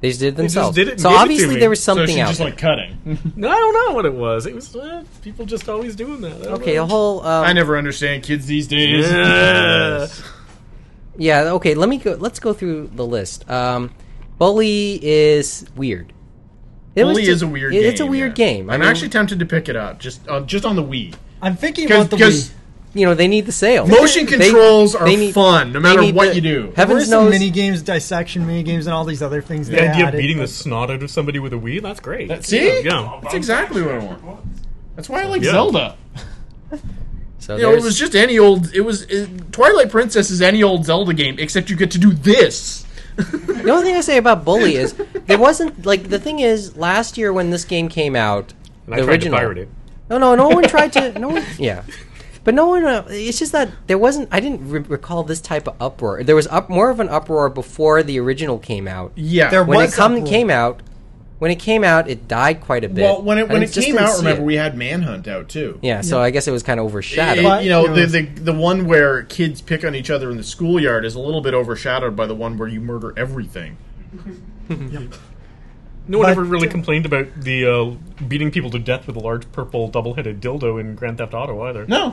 Speaker 1: They just did it themselves.
Speaker 3: did it and
Speaker 1: so
Speaker 3: gave it to
Speaker 1: obviously
Speaker 3: me.
Speaker 1: there was
Speaker 4: So she's
Speaker 1: something out.
Speaker 4: just
Speaker 1: there.
Speaker 4: like cutting.
Speaker 3: No, I don't know what it was. It was uh, people just always doing that. I don't
Speaker 1: okay,
Speaker 3: know.
Speaker 1: a whole.
Speaker 4: I
Speaker 1: Um,
Speaker 4: never understand kids these days.
Speaker 3: Yeah.
Speaker 1: yeah. Okay. Let me go. Let's go through the list. Um, bully is weird. It was
Speaker 4: Bully
Speaker 1: ju-
Speaker 4: is a weird
Speaker 1: it-
Speaker 4: game.
Speaker 1: It's a weird
Speaker 4: yeah.
Speaker 1: game. I
Speaker 4: I'm
Speaker 1: mean,
Speaker 4: actually tempted to pick it up just uh, just on the Wii.
Speaker 6: I'm thinking about the
Speaker 4: Because
Speaker 6: Wii.
Speaker 1: you know they need the sale.
Speaker 4: motion
Speaker 1: They-
Speaker 4: controls are
Speaker 1: they need-
Speaker 4: fun no matter
Speaker 1: need
Speaker 4: what
Speaker 1: the-
Speaker 4: you do.
Speaker 1: have-
Speaker 6: There were
Speaker 1: heavens
Speaker 6: some
Speaker 1: knows-
Speaker 6: mini games, dissection mini games, and all these other things.
Speaker 3: The
Speaker 6: they
Speaker 3: idea of
Speaker 6: added,
Speaker 3: beating the
Speaker 6: but-
Speaker 3: snot out of somebody with a Wii, that's great.
Speaker 4: That- see?
Speaker 3: Yeah.
Speaker 4: That's exactly what I want. That's why I like
Speaker 3: Yeah.
Speaker 4: Zelda.
Speaker 1: So
Speaker 4: You know, it
Speaker 1: there's-
Speaker 4: was just any old. It was it, Twilight Princess is any old Zelda game, except you get to do this.
Speaker 1: The only thing I say about Bully is there wasn't like the thing is last year when this game came out,
Speaker 3: And I
Speaker 1: the
Speaker 3: tried
Speaker 1: original.
Speaker 3: to pirate it.
Speaker 1: No, no, no one tried to. No one. Yeah, but no one. Uh, it's just that there wasn't. I didn't re- recall this type of uproar. There was up more of an uproar before the original came out.
Speaker 4: Yeah.
Speaker 6: There
Speaker 1: When it
Speaker 6: was
Speaker 1: come
Speaker 6: uproar.
Speaker 1: came out, when it came out, it died quite a bit.
Speaker 4: well, when it when
Speaker 1: I
Speaker 4: it
Speaker 1: just
Speaker 4: came
Speaker 1: didn't
Speaker 4: out,
Speaker 1: see
Speaker 4: remember
Speaker 1: it.
Speaker 4: we had Manhunt out too.
Speaker 1: Yeah, so I guess it was kind of
Speaker 4: It-
Speaker 1: overshadowed.
Speaker 6: But-
Speaker 4: you know
Speaker 6: you know,
Speaker 4: the, the the one where kids pick on each other in the schoolyard is a little bit overshadowed by the one where you murder everything.
Speaker 3: No one
Speaker 6: But-
Speaker 3: ever really complained about the uh, beating people to death with a large purple double-headed dildo in Grand Theft Auto either.
Speaker 4: No,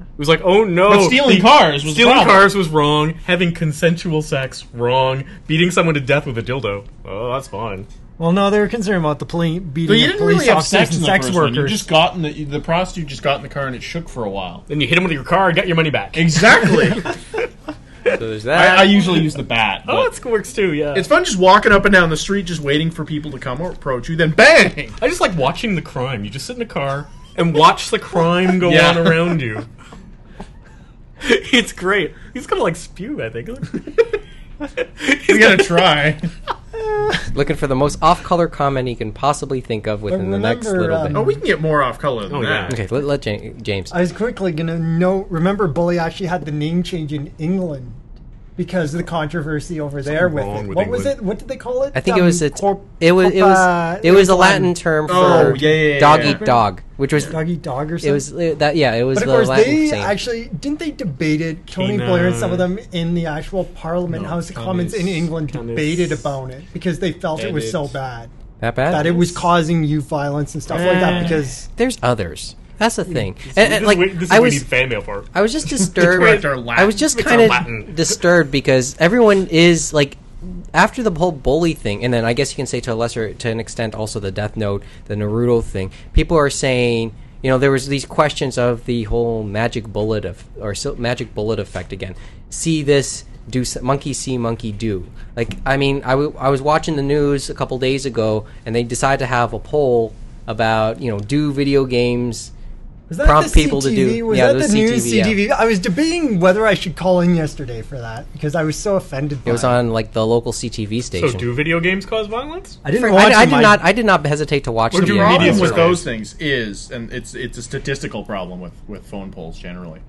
Speaker 3: It was like, oh no,
Speaker 4: But stealing
Speaker 3: the-
Speaker 4: cars was a
Speaker 3: stealing
Speaker 4: problem.
Speaker 3: cars was wrong. Having consensual sex wrong. Beating someone to death with a dildo. Oh, that's fine.
Speaker 6: Well, no, they were concerned about the poli- beating
Speaker 4: but you
Speaker 6: of
Speaker 4: didn't
Speaker 6: police
Speaker 4: really have
Speaker 6: officers
Speaker 4: sex in
Speaker 6: and
Speaker 4: the
Speaker 6: sex
Speaker 4: first one. You
Speaker 6: workers.
Speaker 4: just got in the the prostitute just got in the car and it shook for a while.
Speaker 3: Then you hit him with your car and got your money back.
Speaker 4: Exactly.
Speaker 1: so there's
Speaker 4: I,
Speaker 1: that.
Speaker 4: I usually use the bat.
Speaker 3: Oh,
Speaker 4: but-
Speaker 3: that's works too. Yeah,
Speaker 4: It's fun just walking up and down the street, just waiting for people to come or approach you. Then bang!
Speaker 3: I just like watching the crime. You just sit in a car and watch the crime go
Speaker 4: Yeah.
Speaker 3: on around you. it's great. He's gonna like spew. I think.
Speaker 4: We gotta try.
Speaker 1: Looking for the most off-color comment you can possibly think of within the next
Speaker 6: remember,
Speaker 1: little
Speaker 6: um,
Speaker 1: bit.
Speaker 4: Oh, we can get more off color than
Speaker 3: Oh, yeah.
Speaker 4: that.
Speaker 1: Okay, let, let Ja- James.
Speaker 6: I was quickly gonna know. Remember, Bully actually had the name change in England because of the controversy over there with
Speaker 3: wrong
Speaker 6: it.
Speaker 3: with
Speaker 6: what was
Speaker 3: England.
Speaker 6: it? What did they call it?
Speaker 1: I think it was
Speaker 6: Um,
Speaker 1: a
Speaker 6: corp-
Speaker 1: it was it was
Speaker 6: corpa-
Speaker 1: it was a Latin term for
Speaker 4: Oh, yeah, yeah, yeah,
Speaker 1: dog
Speaker 4: yeah.
Speaker 1: eat dog, which was
Speaker 6: dog eat dog or something.
Speaker 1: it was uh, that yeah it was
Speaker 6: But of
Speaker 1: the
Speaker 6: course,
Speaker 1: Latin
Speaker 6: they
Speaker 1: saying.
Speaker 6: actually didn't they debate it. Tony Blair and some of them in the actual Parliament, House of Commons in England debated about it because they felt it was so
Speaker 4: Edit.
Speaker 6: bad
Speaker 1: that bad.
Speaker 6: that it was causing youth violence and stuff like
Speaker 3: Eh.
Speaker 6: that. Because
Speaker 1: There's others. That's the thing. And,
Speaker 3: This
Speaker 1: and,
Speaker 3: is
Speaker 1: like
Speaker 3: where- this is
Speaker 1: I
Speaker 3: where we need
Speaker 1: was
Speaker 3: fan mail for.
Speaker 1: I was just
Speaker 4: Correct
Speaker 1: disturbed.
Speaker 4: our Latin.
Speaker 1: I was just
Speaker 3: It's
Speaker 1: kind
Speaker 3: our Latin.
Speaker 1: of disturbed because everyone is like after the whole bully thing, and then I guess you can say to a lesser to an extent also the Death Note, the Naruto thing. People are saying. You know, there was these questions of the whole magic bullet of or sil- magic bullet effect again. See this, do s- monkey see, monkey do. Like, I mean, I, w- I was watching the news a couple days ago, and they decided to have a poll about you know, do video games
Speaker 6: was that
Speaker 1: Prompt
Speaker 6: the
Speaker 1: people to
Speaker 6: CTV?
Speaker 1: do-
Speaker 6: Was
Speaker 1: yeah,
Speaker 6: that
Speaker 1: the
Speaker 6: the new
Speaker 1: CTV, yeah.
Speaker 6: CTV? I was debating whether I should call in yesterday for that because I was so offended. By
Speaker 1: It was on like the local CTV
Speaker 3: So,
Speaker 1: station.
Speaker 3: do video games cause violence?
Speaker 6: I didn't
Speaker 1: I,
Speaker 6: watch
Speaker 1: I
Speaker 6: them,
Speaker 1: did not. I did not hesitate to watch.
Speaker 3: Or
Speaker 1: them
Speaker 3: do
Speaker 1: yet.
Speaker 3: you
Speaker 4: The
Speaker 3: media
Speaker 4: problem with
Speaker 3: surveys.
Speaker 4: those things is, and it's it's a statistical problem with with phone polls generally,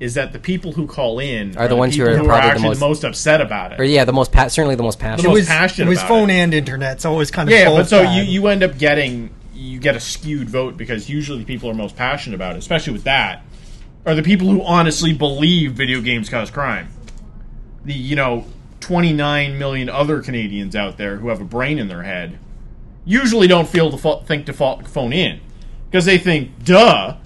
Speaker 4: is that the people who call in
Speaker 1: Are the ones who
Speaker 4: people
Speaker 1: are probably the
Speaker 4: actually
Speaker 1: most-
Speaker 4: upset about it.
Speaker 1: Or yeah, the most pa- certainly the most passionate.
Speaker 6: It was,
Speaker 4: passionate
Speaker 6: it was
Speaker 4: about
Speaker 6: phone
Speaker 4: it.
Speaker 6: and internet, so it was kind of
Speaker 4: yeah,
Speaker 6: both
Speaker 4: but so you,
Speaker 6: bad.
Speaker 4: you end up getting you get a skewed vote because usually people are most passionate about it, especially with that, are the people who honestly believe video games cause crime. The you know twenty nine million other Canadians out there who have a brain in their head usually don't feel to fo- think to fo- phone in because they think, duh,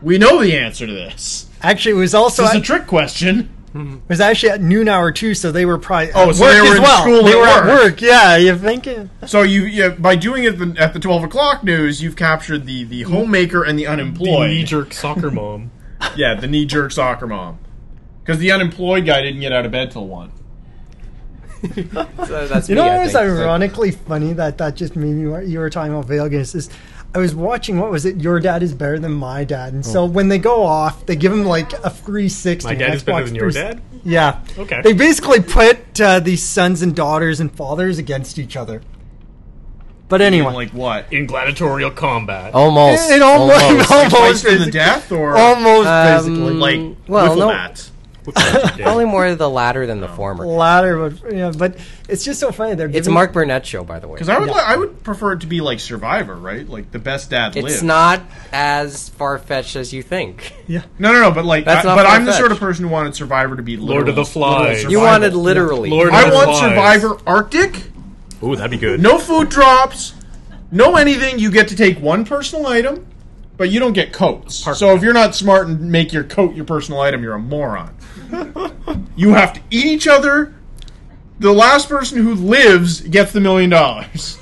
Speaker 4: we know the answer to this.
Speaker 6: actually it was also
Speaker 4: This is
Speaker 6: at,
Speaker 4: a trick question.
Speaker 6: it was actually at noon hour too, so they were probably at
Speaker 4: Oh, so
Speaker 6: work
Speaker 4: they were
Speaker 6: as
Speaker 4: in
Speaker 6: well.
Speaker 4: school
Speaker 6: they
Speaker 4: at
Speaker 6: were at
Speaker 4: work.
Speaker 6: work. Yeah, you thinking?
Speaker 4: So you, you by doing it the, at the twelve o'clock news, you've captured the the homemaker and the unemployed.
Speaker 3: knee jerk soccer mom.
Speaker 4: Yeah, the knee jerk soccer mom. Because the unemployed guy didn't get out of bed till one.
Speaker 1: So that's
Speaker 6: You
Speaker 1: me,
Speaker 6: know,
Speaker 1: I
Speaker 6: what was
Speaker 1: think. It's like-
Speaker 6: ironically funny that that just made me. You were talking about video games. Is I was watching what was it? Your dad is better than my dad,
Speaker 1: Oh.
Speaker 6: and so when they go off, they give him like a free sixty.
Speaker 3: My dad is better
Speaker 6: Xbox
Speaker 3: than your
Speaker 6: 360.
Speaker 3: dad.
Speaker 6: Yeah.
Speaker 3: Okay.
Speaker 6: They basically put uh, these sons and daughters and fathers against each other. But anyway,
Speaker 4: Like what?
Speaker 3: In gladiatorial combat.
Speaker 1: almost.
Speaker 6: it almost, almost,
Speaker 4: Twice to the
Speaker 6: basically,
Speaker 4: death or
Speaker 6: almost
Speaker 1: Um,
Speaker 6: basically.
Speaker 4: like
Speaker 1: well,
Speaker 4: wiffle
Speaker 1: no.
Speaker 4: bats?
Speaker 1: Probably more the latter than the
Speaker 6: Oh.
Speaker 1: former.
Speaker 6: Latter, but you know, but it's just so funny. They're
Speaker 1: It's a
Speaker 6: giving-
Speaker 1: Mark Burnett show, by the way.
Speaker 4: Because I would li- I would prefer it to be like Survivor, right? Like the best dad
Speaker 1: It's
Speaker 4: lives.
Speaker 1: not as far fetched as you think.
Speaker 4: No, no, no. But like,
Speaker 1: That's
Speaker 4: I-
Speaker 1: not
Speaker 4: but I'm the
Speaker 1: far-fetched.
Speaker 4: sort of person who wanted Survivor to be
Speaker 3: Lord of
Speaker 4: literal-
Speaker 3: the Flies.
Speaker 4: literal
Speaker 1: You
Speaker 4: survival.
Speaker 1: wanted literally.
Speaker 3: Lord
Speaker 4: I
Speaker 3: of the
Speaker 4: want
Speaker 3: Flies.
Speaker 4: Survivor Arctic.
Speaker 3: Oh. Ooh, that'd be good.
Speaker 4: No food drops. No anything. You get to take one personal item, but you don't get coats. so if you're not smart and make your coat your personal item, you're a moron. you have to eat each other. The last person who lives gets the million dollars.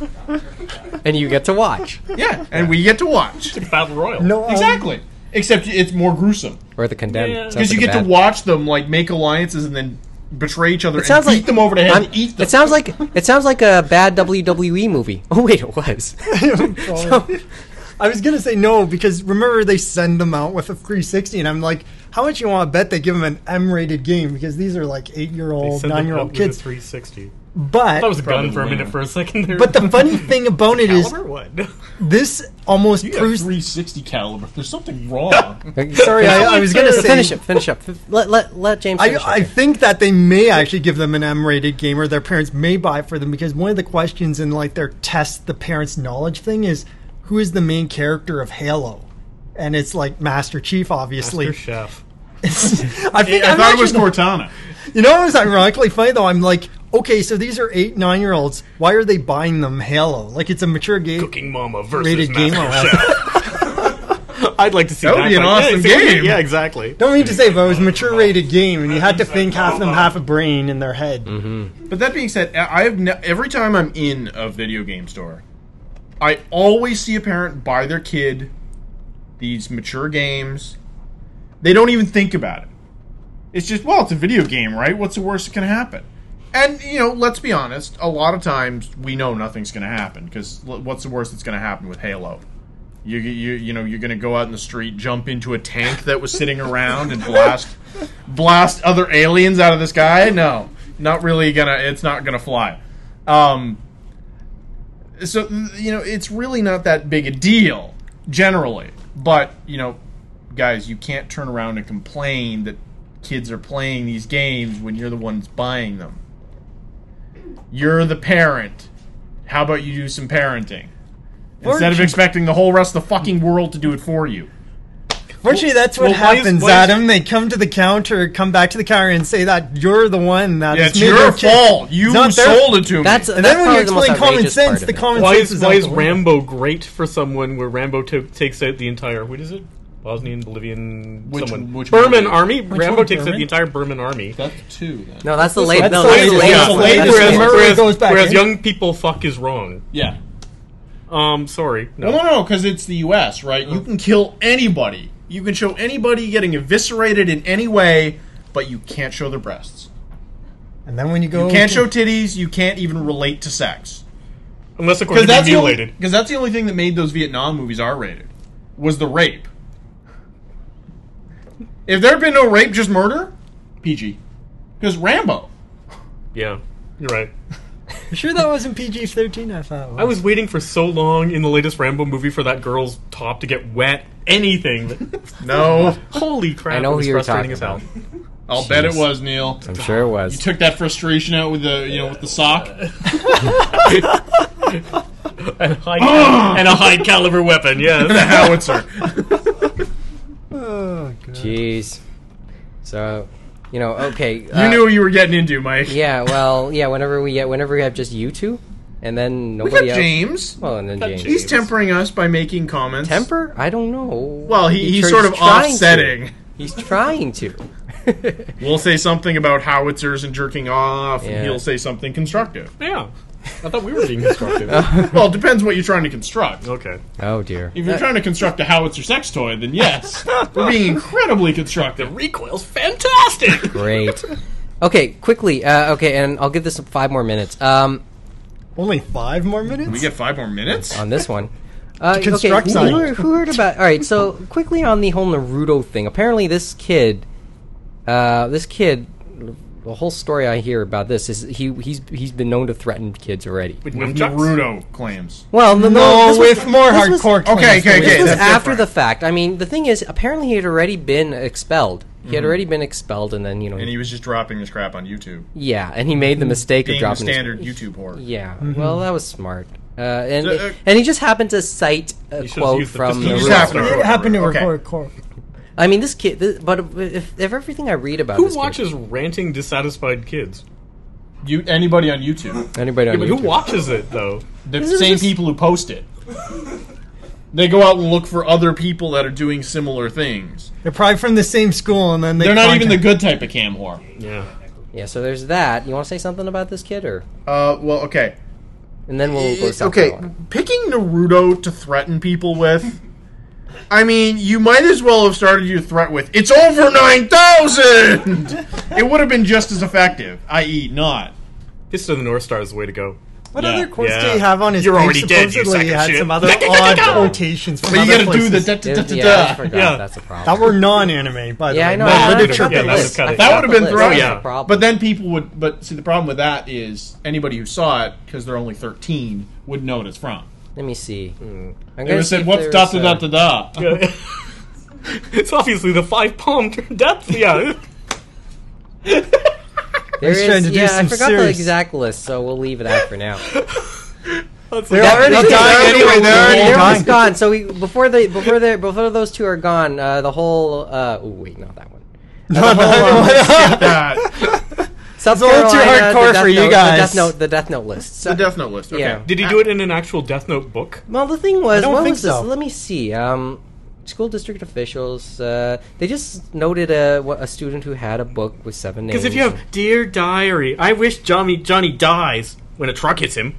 Speaker 1: and you get to watch.
Speaker 4: Yeah, and we get to watch.
Speaker 3: Battle Royal.
Speaker 6: No, um,
Speaker 4: Exactly. Except it's more gruesome
Speaker 1: Or the condemned.
Speaker 3: Yeah.
Speaker 1: Sounds
Speaker 4: because you
Speaker 1: like a
Speaker 4: get to
Speaker 1: bad-
Speaker 4: watch them like make alliances and then betray each other
Speaker 1: It sounds
Speaker 4: and
Speaker 1: like
Speaker 4: beat them over the head
Speaker 1: I'm-
Speaker 4: and eat them.
Speaker 1: It sounds like it sounds like a bad WWE movie. Oh wait, it was.
Speaker 6: I was gonna say no because remember they send them out with a 360, and I'm like, how much you want to bet they give them an M-rated game because these are like
Speaker 3: They
Speaker 6: eight-year-old,
Speaker 3: sent them out
Speaker 6: nine-year-old
Speaker 3: with a
Speaker 6: kids.
Speaker 3: 360.
Speaker 6: But
Speaker 3: That was a gun
Speaker 4: Probably
Speaker 3: for a minute
Speaker 4: winner.
Speaker 3: for a second there.
Speaker 6: but the funny thing about it is
Speaker 3: caliber? What?
Speaker 6: this almost proves.
Speaker 4: 360 caliber. There's something wrong.
Speaker 6: Sorry, I, I was gonna say.
Speaker 1: finish up, finish up. F- Let let let James.
Speaker 6: I,
Speaker 1: Finish up
Speaker 6: I
Speaker 1: here.
Speaker 6: think that they may actually give them an M-rated game, or their parents may buy it for them because one of the questions in like their test the parents' knowledge thing is who is the main character of Halo, and it's like Master Chief, obviously.
Speaker 3: Your chef.
Speaker 6: I think
Speaker 4: I
Speaker 6: I'm
Speaker 4: thought it was
Speaker 6: actually-
Speaker 4: Cortana.
Speaker 6: You know, it was ironically funny though. I'm like, okay, so these are eight, nine year olds. Why are they buying them Halo? Like it's a mature game.
Speaker 3: Cooking Mama versus
Speaker 6: Rated game
Speaker 3: Master Chef. I'd like to see
Speaker 4: That
Speaker 3: that.
Speaker 4: would be an
Speaker 3: like,
Speaker 4: awesome
Speaker 3: yeah, see,
Speaker 4: game.
Speaker 3: Yeah, exactly.
Speaker 6: Don't mean to say, but it was a mature rated game, and you had to think half of them half a brain in their head.
Speaker 4: But that being said, I- I've ne- every time I'm in a video game store, I always see a parent buy their kid these mature games. They don't even think about it. It's just, well, it's a video game, right? What's the worst that can happen? And you know, let's be honest. A lot of times we know nothing's going to happen because what's the worst that's going to happen with Halo? You, you you know you're going to go out in the street, jump into a tank that was sitting around, and blast blast other aliens out of the sky? No, not really gonna. It's not gonna fly. Um, so you know, it's really not that big a deal generally. But you know, guys, you can't turn around and complain that kids are playing these games when you're the ones buying them. You're the parent. How about you do some parenting? Instead of
Speaker 6: Fortune-
Speaker 4: expecting the whole rest of the fucking world to do it for you.
Speaker 6: Fortunately, that's what
Speaker 3: Well, why is-
Speaker 6: happens,
Speaker 3: why is-
Speaker 6: Adam. They come to the counter, come back to the counter, and say that you're the one that
Speaker 4: Yeah,
Speaker 6: has
Speaker 4: it's
Speaker 6: made
Speaker 4: your
Speaker 6: their kid-
Speaker 4: fault. You
Speaker 6: It's not their-
Speaker 4: sold it to me.
Speaker 1: that's
Speaker 6: And
Speaker 1: that's
Speaker 6: then when you
Speaker 1: probably the most
Speaker 6: explain common
Speaker 1: outracious part
Speaker 6: sense,
Speaker 1: of
Speaker 6: the
Speaker 1: it.
Speaker 6: common
Speaker 3: Why
Speaker 6: sense
Speaker 3: is,
Speaker 6: is
Speaker 3: why
Speaker 6: out
Speaker 3: is
Speaker 6: the window.
Speaker 3: Rambo great for someone where Rambo to- takes out the entire what is it? Bosnian, Bolivian,
Speaker 4: Which-
Speaker 3: someone
Speaker 4: which
Speaker 3: Burman
Speaker 4: movie?
Speaker 3: army. Rambo
Speaker 4: one,
Speaker 3: takes out
Speaker 4: Burman?
Speaker 3: the entire Burman army.
Speaker 4: That's two. Then.
Speaker 1: No, that's the late. No, that's
Speaker 6: the
Speaker 1: the
Speaker 6: latest.
Speaker 1: latest.
Speaker 6: Yeah,
Speaker 1: one.
Speaker 6: the latest
Speaker 1: That's
Speaker 6: one.
Speaker 1: the
Speaker 6: Murray
Speaker 1: latest.
Speaker 6: goes back
Speaker 3: whereas
Speaker 6: in.
Speaker 3: young people fuck is wrong.
Speaker 4: Yeah.
Speaker 3: Um, sorry, no.
Speaker 4: Well, no, no, because it's the U.S., right?
Speaker 1: Oh.
Speaker 4: You can kill anybody. You can show anybody getting eviscerated in any way, but you can't show their breasts.
Speaker 6: And then when you go,
Speaker 4: You can't
Speaker 6: to-
Speaker 4: show titties. You can't even relate to sex.
Speaker 3: unless of course
Speaker 4: Because
Speaker 3: they're
Speaker 4: that's, the only-
Speaker 3: mutilated.
Speaker 4: 'cause that's the only thing that made those Vietnam movies R-rated, was the rape. If there had been no rape, just murder, PG. Because Rambo.
Speaker 3: Yeah, you're right.
Speaker 6: You sure that wasn't PG thirteen? I thought. It
Speaker 3: I was waiting for so long in the latest Rambo movie for that girl's top to get wet. Anything.
Speaker 4: No,
Speaker 3: Holy crap!
Speaker 1: I know
Speaker 3: it was
Speaker 1: who you're
Speaker 3: frustrating
Speaker 1: talking
Speaker 3: as hell.
Speaker 4: I'll bet it
Speaker 1: Jeez.
Speaker 4: was Neil.
Speaker 1: I'm sure it
Speaker 4: You
Speaker 1: was.
Speaker 4: took that frustration out with the you know with the sock.
Speaker 3: And a high, and a high caliber weapon.
Speaker 4: the
Speaker 3: Yes.
Speaker 4: howitzer.
Speaker 6: Oh, God.
Speaker 1: Jeez. So, you know, okay. uh,
Speaker 4: You knew what you were getting into, Mike.
Speaker 1: Yeah. Well. Yeah. Whenever we get, whenever we have just you two, and then
Speaker 4: we got
Speaker 1: nobody else.
Speaker 4: James.
Speaker 1: Well, and then
Speaker 3: Got
Speaker 1: James.
Speaker 3: James.
Speaker 4: He's tempering us by making comments.
Speaker 1: Temper? I don't know.
Speaker 4: Well, he, he's
Speaker 1: tr-
Speaker 4: sort of
Speaker 1: trying to.
Speaker 4: offsetting.
Speaker 1: He's trying to.
Speaker 4: We'll say something about howitzers and jerking off,
Speaker 1: Yeah.
Speaker 4: and he'll say something constructive.
Speaker 3: yeah. I thought we were being constructive.
Speaker 4: well, it depends what you're trying to construct.
Speaker 3: okay.
Speaker 1: oh dear.
Speaker 4: If you're trying to construct a howitzer sex toy, then yes, we're being incredibly constructive.
Speaker 3: Recoil's fantastic.
Speaker 1: Great. Okay, quickly. Uh, okay, and I'll give this five more minutes. Um,
Speaker 6: Only five more minutes.
Speaker 4: We get five more minutes.
Speaker 1: on this one. Uh, okay,
Speaker 6: construct
Speaker 1: who,
Speaker 6: something.
Speaker 1: heard- who heard about? All right, so quickly on the whole Naruto thing. Apparently, this kid, uh, this kid, the whole story I hear about this is he he's he's been known to threaten kids already.
Speaker 4: With
Speaker 3: Nunchucks?
Speaker 4: Naruto claims.
Speaker 1: Well, no,
Speaker 6: no,
Speaker 1: this was-
Speaker 6: with more
Speaker 1: this was-
Speaker 6: hardcore.
Speaker 4: Okay,
Speaker 6: claims
Speaker 4: okay,
Speaker 6: than we-
Speaker 4: okay.
Speaker 1: this was
Speaker 4: that's
Speaker 1: after
Speaker 4: different.
Speaker 1: the fact. I mean, the thing is, apparently he had already been expelled. He had already been expelled, and then you know,
Speaker 4: And he was just dropping this crap on YouTube,
Speaker 1: yeah, and he made the mistake of
Speaker 4: being the
Speaker 1: dropping his-
Speaker 4: standard YouTube whore.
Speaker 1: Yeah, well, that was smart. Uh, and
Speaker 4: So, uh,
Speaker 1: and he just happened to cite a
Speaker 3: You should've
Speaker 1: quote
Speaker 3: used the
Speaker 1: from
Speaker 3: pistol.
Speaker 4: You
Speaker 1: the
Speaker 4: just
Speaker 1: real
Speaker 4: happened to
Speaker 1: story.
Speaker 6: It happened to
Speaker 4: Okay.
Speaker 6: record. Cor-
Speaker 1: I mean, this kid. This, but if, if everything I read about
Speaker 3: Who
Speaker 1: this kid-
Speaker 3: watches ranting dissatisfied kids?
Speaker 4: You anybody on YouTube?
Speaker 1: anybody on
Speaker 3: Yeah, but who
Speaker 1: YouTube?
Speaker 3: watches it though?
Speaker 4: The
Speaker 1: is
Speaker 4: same
Speaker 1: just-
Speaker 4: people who post it. They go out and look for other people that are doing similar things.
Speaker 6: They're probably from the same school, and then they
Speaker 4: They're not even the good
Speaker 6: contact-
Speaker 4: type of cam whore.
Speaker 3: Yeah.
Speaker 1: yeah, so there's that. You want to say something about this kid, or
Speaker 4: Uh, well, okay.
Speaker 1: and then we'll go.
Speaker 4: Eh,
Speaker 1: to something
Speaker 4: okay,
Speaker 1: else.
Speaker 4: picking Naruto to threaten people with. I mean, you might as well have started your threat with "It's over nine thousand. it would have been just as effective, i.e., not.
Speaker 3: Fist of the North Star is the way to go.
Speaker 6: What
Speaker 4: Yeah.
Speaker 6: other quotes do
Speaker 3: Yeah.
Speaker 6: you have on his?
Speaker 3: You're
Speaker 6: page?
Speaker 3: already dead, you
Speaker 6: Supposedly
Speaker 3: sack
Speaker 6: he
Speaker 3: of
Speaker 6: had
Speaker 3: shit.
Speaker 6: some other
Speaker 3: Go, go, go,
Speaker 6: odd
Speaker 3: go.
Speaker 6: quotations from
Speaker 4: But you
Speaker 6: other
Speaker 4: got to do the
Speaker 6: places
Speaker 4: da da da
Speaker 1: There's-
Speaker 4: da
Speaker 1: yeah, I
Speaker 4: da.
Speaker 1: forgot.
Speaker 3: Yeah.
Speaker 1: That's a problem.
Speaker 6: that were non-anime, by the
Speaker 1: yeah,
Speaker 6: way.
Speaker 1: I know.
Speaker 6: not
Speaker 3: I
Speaker 1: I
Speaker 3: would've
Speaker 6: literature
Speaker 3: forgot that.
Speaker 6: based.
Speaker 3: That would've
Speaker 4: That would have been
Speaker 1: That's
Speaker 4: thrown.
Speaker 1: a
Speaker 4: Yeah,
Speaker 1: problem.
Speaker 4: but then people would. But see, the problem with that is anybody who saw it because they're only thirteen would know what it's from.
Speaker 1: Let me see. I'm
Speaker 4: They would
Speaker 1: gonna
Speaker 4: have
Speaker 1: see
Speaker 4: said,
Speaker 1: if
Speaker 4: "What's
Speaker 1: there's,
Speaker 4: da da da
Speaker 1: uh,
Speaker 4: da da?"
Speaker 3: Yeah. it's obviously the five palm depth. Yeah.
Speaker 1: There
Speaker 6: He's
Speaker 1: is,
Speaker 6: trying to do
Speaker 1: yeah, I
Speaker 6: some
Speaker 1: forgot the
Speaker 6: serious-
Speaker 1: exact list, so we'll leave it out for now.
Speaker 3: That's
Speaker 6: They're already
Speaker 1: They're
Speaker 6: dying
Speaker 1: already-
Speaker 6: anyway. They're already
Speaker 1: They're
Speaker 6: dying.
Speaker 1: almost gone. So we, before they before they before those two are gone, uh, the whole uh, oh wait, not that one.
Speaker 6: No, no, no.
Speaker 4: That
Speaker 1: South
Speaker 6: a little too
Speaker 1: Carolina, uh, the
Speaker 6: hardcore
Speaker 1: Death
Speaker 6: for you
Speaker 1: Note-
Speaker 6: guys.
Speaker 1: The Death Note, the Death Note list. So-
Speaker 4: the Death Note list. Okay.
Speaker 1: Yeah.
Speaker 3: Did he do it in an actual Death Note book?
Speaker 1: Well, the thing was,
Speaker 6: I don't
Speaker 1: what
Speaker 6: think
Speaker 1: was this?
Speaker 6: so.
Speaker 1: Let me see. Um, school district officials uh, they just noted a what- a student who had a book with seven names.
Speaker 3: Because if you have Dear Diary, I wish Johnny Johnny dies when a truck hits him.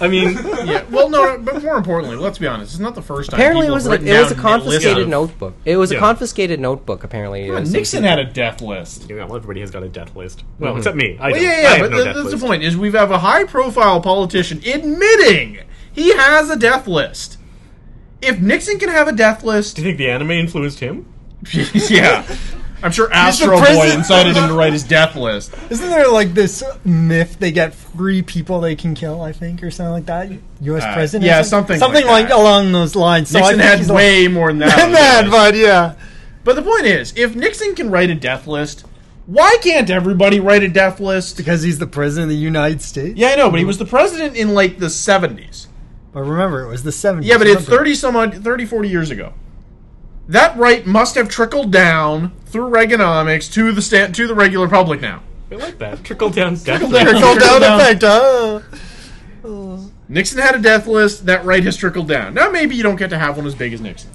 Speaker 3: I mean,
Speaker 4: yeah. Well, no, but more importantly, let's be honest. It's not the first time.
Speaker 1: apparently it
Speaker 4: people
Speaker 1: was
Speaker 4: have
Speaker 1: a,
Speaker 4: written
Speaker 1: it was a
Speaker 4: down a list
Speaker 1: confiscated
Speaker 4: of-
Speaker 1: notebook. It was
Speaker 3: Yeah.
Speaker 1: a confiscated notebook. Apparently, Uh,
Speaker 4: Yeah,
Speaker 1: It was-
Speaker 4: Nixon had a death list.
Speaker 3: you know, everybody has got a death list. Well, except me. I
Speaker 4: Well,
Speaker 3: don't.
Speaker 4: yeah,
Speaker 3: I
Speaker 4: yeah,
Speaker 3: have
Speaker 4: but
Speaker 3: no
Speaker 4: th-
Speaker 3: death
Speaker 4: that's
Speaker 3: list.
Speaker 4: the point. Is we have a high-profile politician admitting he has a death list. If Nixon can have a death list,
Speaker 3: Do you think the anime influenced him?
Speaker 4: yeah, I'm sure Astro Boy
Speaker 6: president.
Speaker 4: incited him to write his death list.
Speaker 6: Isn't there like this myth they get three people they can kill? I think or something like that. U.S.
Speaker 4: Uh,
Speaker 6: president.
Speaker 4: yeah,
Speaker 6: or
Speaker 4: something
Speaker 6: something
Speaker 4: like
Speaker 6: like,
Speaker 4: that.
Speaker 6: along those lines. So
Speaker 4: Nixon
Speaker 6: I think
Speaker 4: had
Speaker 6: he's like,
Speaker 4: way more than that. on
Speaker 6: than
Speaker 4: his
Speaker 6: that,
Speaker 4: list.
Speaker 6: but yeah.
Speaker 4: But the point is, if Nixon can write a death list, why can't everybody write a death list?
Speaker 6: Because he's the president of the United States.
Speaker 4: Yeah, I know, but he was the president in like the 70s.
Speaker 6: But remember, it was the 70s.
Speaker 4: Yeah, but it's
Speaker 6: remember?
Speaker 4: 30 some odd, 30, 40 years ago. That right must have trickled down through Reaganomics to the sta- to the regular public now.
Speaker 3: I like that trickle down death list.
Speaker 6: Trickle
Speaker 4: Trickle
Speaker 6: down
Speaker 4: down.
Speaker 6: effect. Oh.
Speaker 4: Nixon had a death list. That right has trickled down. Now maybe you don't get to have one as big as Nixon,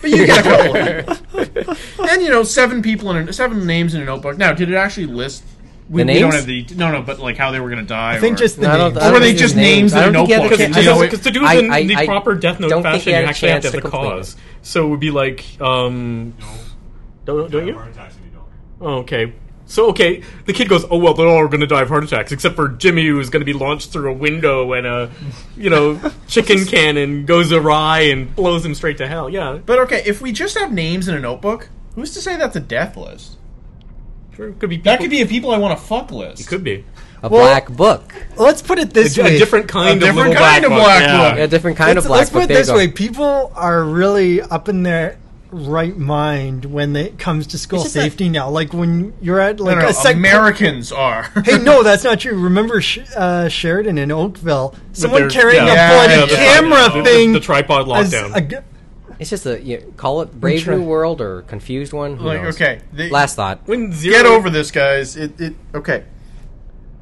Speaker 4: but you get a couple. of them. And you know, seven people in a, seven names in a notebook. Now, did it actually list? We,
Speaker 1: The
Speaker 4: we don't
Speaker 1: names?
Speaker 4: have the no, no, but like how they were going to die.
Speaker 6: I think just the
Speaker 1: No, I don't-
Speaker 6: name.
Speaker 1: I don't
Speaker 4: Or were they
Speaker 1: think
Speaker 4: just
Speaker 1: his names-
Speaker 4: names in
Speaker 1: I
Speaker 4: a
Speaker 1: don't think he had a
Speaker 4: notebook?
Speaker 1: chance-
Speaker 4: You know,
Speaker 3: Because to do it in
Speaker 1: I- I-
Speaker 3: the
Speaker 1: I
Speaker 3: proper Death Note
Speaker 1: don't think
Speaker 3: fashion,
Speaker 1: he
Speaker 3: you
Speaker 1: had a
Speaker 3: actually have
Speaker 1: chance
Speaker 3: to have the
Speaker 1: to complete
Speaker 3: cause. So it would be like, um, don't, don't you?
Speaker 8: Heart attacks if you don't.
Speaker 3: Oh, okay. So okay, the kid goes, "Oh well, they're all going to die of heart attacks, except for Jimmy, who's going to be launched through a window and a, you know, chicken cannon goes awry and blows him straight to hell." Yeah,
Speaker 4: But okay, if we just have names in a notebook, who's to say that's a death list?
Speaker 3: sure, could be.
Speaker 4: That could be a people I want to fuck list.
Speaker 3: Could be.
Speaker 1: a
Speaker 6: Well-
Speaker 1: black book.
Speaker 6: Let's put it this
Speaker 3: A,
Speaker 6: way.
Speaker 3: a different kind
Speaker 4: A
Speaker 3: of
Speaker 4: different
Speaker 3: little black
Speaker 4: kind of
Speaker 3: book.
Speaker 4: black
Speaker 3: yeah.
Speaker 4: book.
Speaker 1: A different kind
Speaker 6: let's,
Speaker 1: of black
Speaker 6: let's
Speaker 1: book.
Speaker 6: put it
Speaker 1: There you
Speaker 6: this
Speaker 1: go.
Speaker 6: way: people are really up in their right mind when it comes to school
Speaker 1: just that-
Speaker 6: safety now. Like when you're at
Speaker 4: No,
Speaker 6: like
Speaker 4: no, no,
Speaker 6: a sec-
Speaker 4: Americans are.
Speaker 6: Hey, no, that's not true. Remember Sh- uh, Sheridan in Oakville? Someone
Speaker 3: they're-
Speaker 6: carrying
Speaker 3: yeah.
Speaker 6: a bloody
Speaker 4: Yeah, the-
Speaker 6: camera
Speaker 3: the- the-
Speaker 6: thing.
Speaker 3: the tripod
Speaker 6: as
Speaker 3: lockdown.
Speaker 6: a g-
Speaker 1: It's just a you call it Brave
Speaker 6: try-
Speaker 1: New World or Confused One. Who
Speaker 4: Like,
Speaker 1: knows?
Speaker 4: okay, the-
Speaker 1: Last thought.
Speaker 3: When zero,
Speaker 4: Get over this, guys. It, it okay.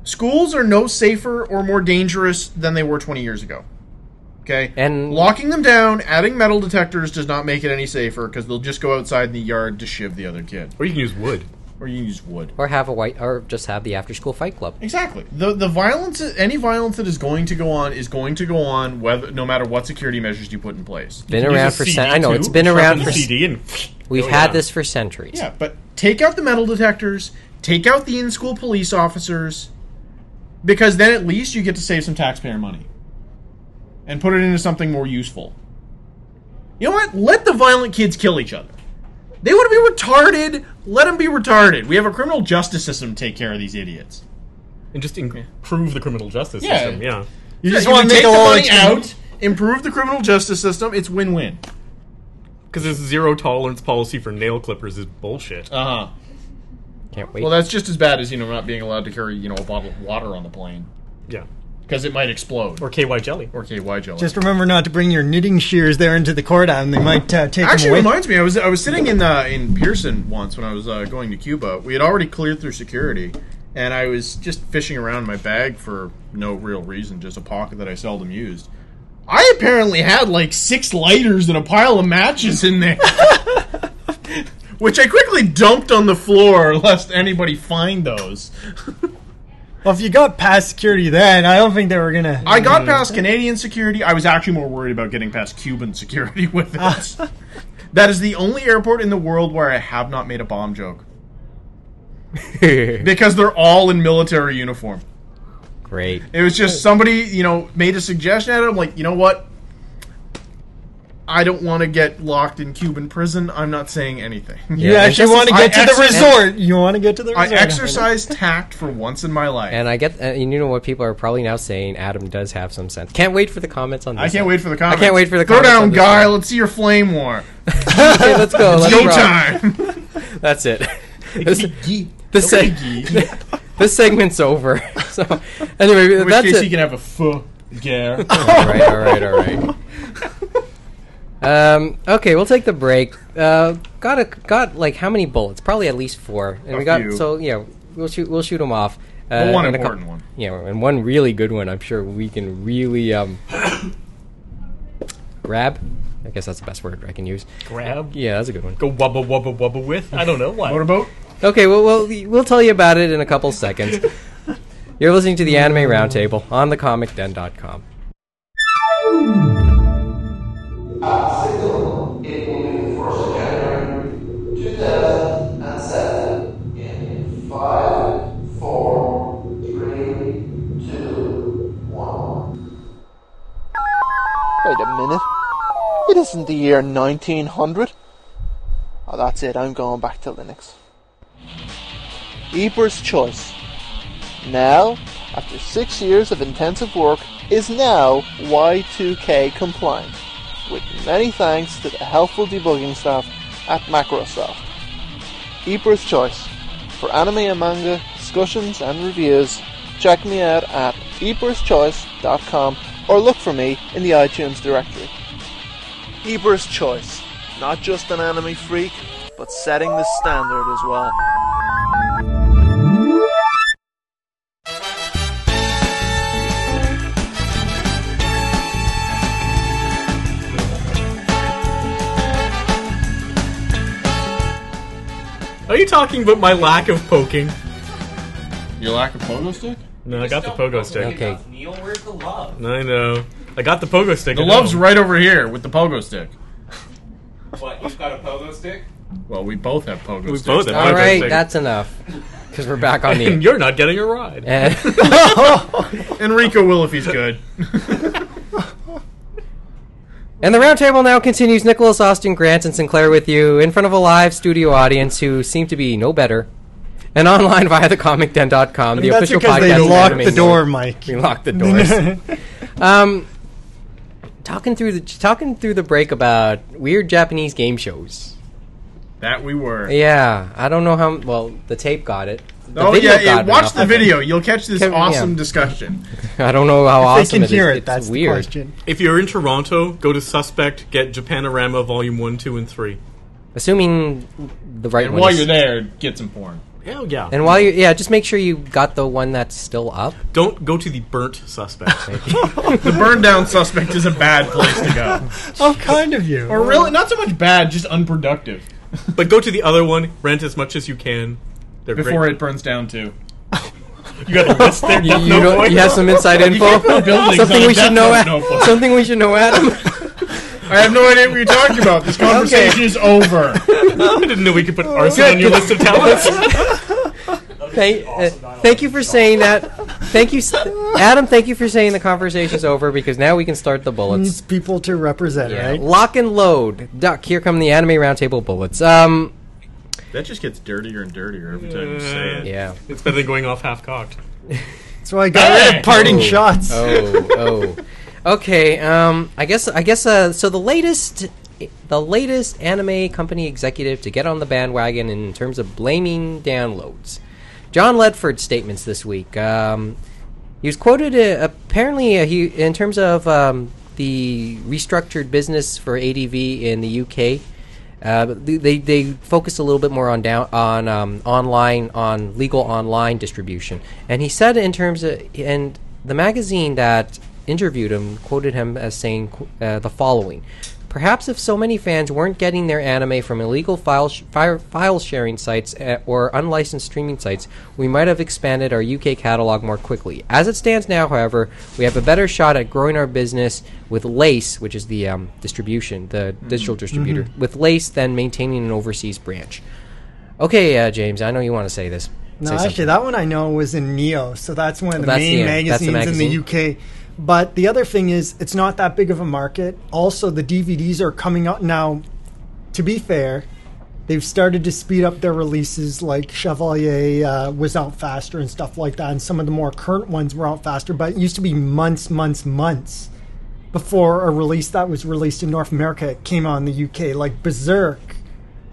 Speaker 4: Schools are no safer or more dangerous than they were 20 years ago. Okay,
Speaker 1: And-
Speaker 4: locking them down, adding metal detectors does not make it any safer because they'll just go outside in the yard to shiv the other kid,
Speaker 3: Or you can use wood.
Speaker 4: or you can use wood.
Speaker 1: Or have a white, or just have the after school fight club.
Speaker 4: Exactly. the The violence, any violence that is going to go on, is going to go on, whether no matter what security measures you put in place.
Speaker 1: Been
Speaker 3: Use a
Speaker 1: around for
Speaker 3: CD
Speaker 1: cen- I know
Speaker 3: too.
Speaker 1: it's been
Speaker 3: Sharpen
Speaker 1: around
Speaker 3: the
Speaker 1: for. s-
Speaker 3: CD and
Speaker 1: We've
Speaker 3: Oh,
Speaker 1: had
Speaker 3: yeah.
Speaker 1: this for centuries.
Speaker 4: Yeah, but take out the metal detectors, take out the in school police officers, because then at least you get to save some taxpayer money and put it into something more useful. You know what? Let the violent kids kill each other. They want to be retarded. Let them be retarded. We have a criminal justice system to take care of these idiots.
Speaker 3: and just improve the criminal justice
Speaker 4: Yeah.
Speaker 3: system. Yeah.
Speaker 6: you
Speaker 4: If
Speaker 6: just
Speaker 4: we
Speaker 6: want to
Speaker 4: take
Speaker 6: make a
Speaker 4: the
Speaker 6: little
Speaker 4: money
Speaker 6: extra-
Speaker 4: out, improve the criminal justice system. It's win-win.
Speaker 3: Because this zero tolerance policy for nail clippers is bullshit.
Speaker 4: Uh huh.
Speaker 1: Can't wait.
Speaker 4: Well, that's just as bad as you know not being allowed to carry you know a bottle of water on the plane
Speaker 3: Yeah.
Speaker 4: because it might explode.
Speaker 3: Or KY jelly.
Speaker 4: or KY jelly.
Speaker 6: Just remember not to bring your knitting shears there into the court, and they might uh, take
Speaker 4: Actually,
Speaker 6: them away.
Speaker 4: reminds me. I was I was sitting in uh, in Pearson once when I was uh, going to Cuba. We had already cleared through security, and I was just fishing around in my bag for no real reason, just a pocket that I seldom used. I apparently had like six lighters and a pile of matches in there, which I quickly dumped on the floor lest anybody find those.
Speaker 6: well, if you got past security, then I don't think they were gonna.
Speaker 4: I got past Canadian security. I was actually more worried about getting past Cuban security with it. that is the only airport in the world where I have not made a bomb joke. because they're all in military uniform.
Speaker 1: Great.
Speaker 4: It was just somebody, you know, made a suggestion at him, like, you know what? I don't want to get locked in Cuban prison. I'm not saying anything.
Speaker 6: you
Speaker 1: Yeah,
Speaker 6: actually
Speaker 1: this
Speaker 6: want to
Speaker 4: is-
Speaker 6: get
Speaker 4: I
Speaker 6: to the
Speaker 4: exercise-
Speaker 6: resort. You want to get to the
Speaker 4: I
Speaker 6: resort.
Speaker 4: exercise tact for once in my life.
Speaker 1: And I get, uh, you know what people are probably now saying. Adam does have some sense. Can't wait for the comments on this.
Speaker 4: I can't wait for the comments.
Speaker 1: can't wait for the
Speaker 4: Throw
Speaker 1: comments
Speaker 4: down,
Speaker 1: on this
Speaker 4: guy.
Speaker 1: one.
Speaker 4: Let's see your flame war.
Speaker 1: okay, let's go. Let's
Speaker 4: Go
Speaker 1: rock.
Speaker 4: time.
Speaker 1: That's it. this, this, seg- this segment's over. so, anyway,
Speaker 4: In which
Speaker 1: that's
Speaker 4: case,
Speaker 1: it.
Speaker 4: he can have a fuh gare.
Speaker 1: all right, all right, all right. Um, okay, we'll take the break. Uh, got a got like how many bullets? Probably at least four. And
Speaker 4: A
Speaker 1: we got
Speaker 4: few.
Speaker 1: so yeah, we'll shoot we'll shoot them off. Uh,
Speaker 4: But one
Speaker 1: and a cou-
Speaker 4: important one.
Speaker 1: Yeah, and one really good one. I'm sure we can really um grab. I guess that's the best word I can use.
Speaker 3: Grab.
Speaker 1: Yeah, that's a good one.
Speaker 3: Go wubba wubba wubba with. I don't know what.
Speaker 4: Motorboat.
Speaker 1: Okay, well, we'll we'll tell you about it in a couple seconds. You're listening to the Anime Roundtable on thecomicden.com.
Speaker 7: Wait a minute. It isn't the year 1900. Oh, that's it. I'm going back to Linux. Eber's Choice. Now, after six years of intensive work, is now Y2K compliant. With many thanks to the helpful debugging staff at Macrosoft. Eber's Choice. For anime and manga, discussions and reviews, check me out at eberschoice.com or look for me in the iTunes directory. Eber's Choice. Not just an anime freak, but setting the standard as well.
Speaker 3: Are you talking about my lack of poking?
Speaker 4: Your lack of pogo stick?
Speaker 3: No, I got the pogo stick.
Speaker 1: Okay,
Speaker 8: Neil, where's the love?
Speaker 3: I know. I got the pogo stick.
Speaker 4: The
Speaker 3: I
Speaker 4: love's
Speaker 3: know.
Speaker 4: right over here with the pogo stick.
Speaker 8: What, you've got a pogo stick?
Speaker 4: Well, we both have pogo
Speaker 3: We
Speaker 4: sticks.
Speaker 3: both have
Speaker 1: all
Speaker 3: pogo
Speaker 1: right,
Speaker 3: stick.
Speaker 1: that's enough because we're back on the.
Speaker 3: and you're not getting a ride.
Speaker 1: And
Speaker 4: Enrico will if he's good.
Speaker 1: and the roundtable now continues. Nicholas Austin Grant and Sinclair with you in front of a live studio audience who seem to be no better and online via thecomicden.com, the
Speaker 6: That's
Speaker 1: official
Speaker 6: because
Speaker 1: podcast.
Speaker 6: they
Speaker 1: of
Speaker 6: locked
Speaker 1: Anime
Speaker 6: the door,
Speaker 1: Nerd.
Speaker 6: Mike.
Speaker 1: We locked the doors. um, talking through the talking through the break about weird Japanese game shows.
Speaker 4: That we were.
Speaker 1: Yeah, I don't know how. Well, the tape got it. The
Speaker 4: oh yeah, yeah,
Speaker 1: got it
Speaker 4: watch
Speaker 1: enough.
Speaker 4: the video. You'll catch this
Speaker 1: Can- yeah.
Speaker 4: awesome discussion.
Speaker 1: I don't know how
Speaker 6: they
Speaker 1: awesome
Speaker 6: can
Speaker 1: it is.
Speaker 6: hear it.
Speaker 1: It's
Speaker 6: That's
Speaker 1: weird.
Speaker 6: the question.
Speaker 3: If you're in Toronto, go to Suspect, get Japanorama Volume 1, 2, and 3.
Speaker 1: Assuming the right
Speaker 4: And
Speaker 1: one.
Speaker 4: while
Speaker 1: is-
Speaker 4: you're there, get some porn.
Speaker 3: Hell yeah.
Speaker 1: And while you, yeah, just make sure you got the one that's still up.
Speaker 3: Don't go to the burnt Suspect.
Speaker 4: The burn down suspect is a bad place to go.
Speaker 6: Oh, kind of you.
Speaker 4: Or really, not so much bad, just unproductive.
Speaker 3: but go to the other one, rent as much as you can. They're
Speaker 4: Before
Speaker 3: great.
Speaker 4: it burns down too.
Speaker 3: You got the list there.
Speaker 1: You, you, don't, you have some inside info.
Speaker 4: can't put buildings
Speaker 1: Something
Speaker 4: on
Speaker 1: we
Speaker 4: that
Speaker 1: should know.
Speaker 4: much
Speaker 1: Adam.
Speaker 4: notebook.
Speaker 1: Something we should know, Adam.
Speaker 4: I have no idea what you're talking about. This conversation is over.
Speaker 3: I didn't know we could put arson on your list of talents.
Speaker 1: Thank, uh, thank you for saying that. Thank you, s- Adam. Thank you for saying the conversation's over because now we can start the bullets.
Speaker 6: Needs people to represent,
Speaker 1: Yeah.
Speaker 6: Mm. right?
Speaker 1: Lock and load. Duck. Here come the anime roundtable bullets. Um.
Speaker 4: That just gets dirtier and dirtier every time you say it.
Speaker 1: Yeah.
Speaker 3: It's better than going off half cocked.
Speaker 6: That's why I got rid of parting shots.
Speaker 1: Oh. Oh. okay. Um. I guess. I guess. Uh. So the latest. The latest anime company executive to get on the bandwagon in terms of blaming downloads. John Ledford's statements this week. Um, He was quoted uh, apparently uh, he in terms of um, the restructured business for ADV in the UK. Uh, th- they they focus a little bit more on down on um, online on legal online distribution, and he said in terms of and the magazine that interviewed him quoted him as saying qu- uh, the following. Perhaps if so many fans weren't getting their anime from illegal file, sh- fire, file sharing sites uh, or unlicensed streaming sites, we might have expanded our UK catalog more quickly. As it stands now, however, we have a better shot at growing our business with Lace, which is the um, distribution, the
Speaker 6: Mm-hmm.
Speaker 1: digital distributor, with Lace than maintaining an overseas branch. Okay, uh, James, I know you want to say this.
Speaker 6: No,
Speaker 1: Say
Speaker 6: actually,
Speaker 1: something. Oh,
Speaker 6: that one I know was in Neo, so that's one of the
Speaker 1: that's
Speaker 6: main
Speaker 1: the- that's the
Speaker 6: magazines in the UK. But the other thing is, it's not that big of a market. Also, the DVDs are coming out now. To be fair, they've started to speed up their releases, like Chevalier uh, was out faster and stuff like that, and some of the more current ones were out faster. But it used to be months, months, months before a release that was released in North America came out in the UK, like Berserk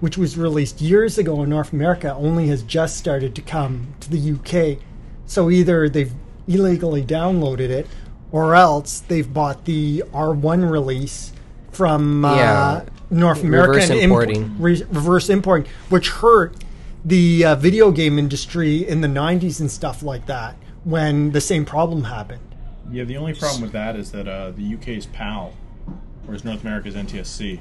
Speaker 6: which was released years ago in North America, only has just started to come to the UK. So either they've illegally downloaded it, or else they've bought the R1 release from uh,
Speaker 1: Yeah.
Speaker 6: North America
Speaker 1: Reverse
Speaker 6: and
Speaker 1: importing.
Speaker 6: re- reverse importing, which hurt the uh, video game industry in the 90s and stuff like that when the same problem happened.
Speaker 4: Yeah, the only problem with that is that uh, the UK's PAL, whereas North America's NTSC.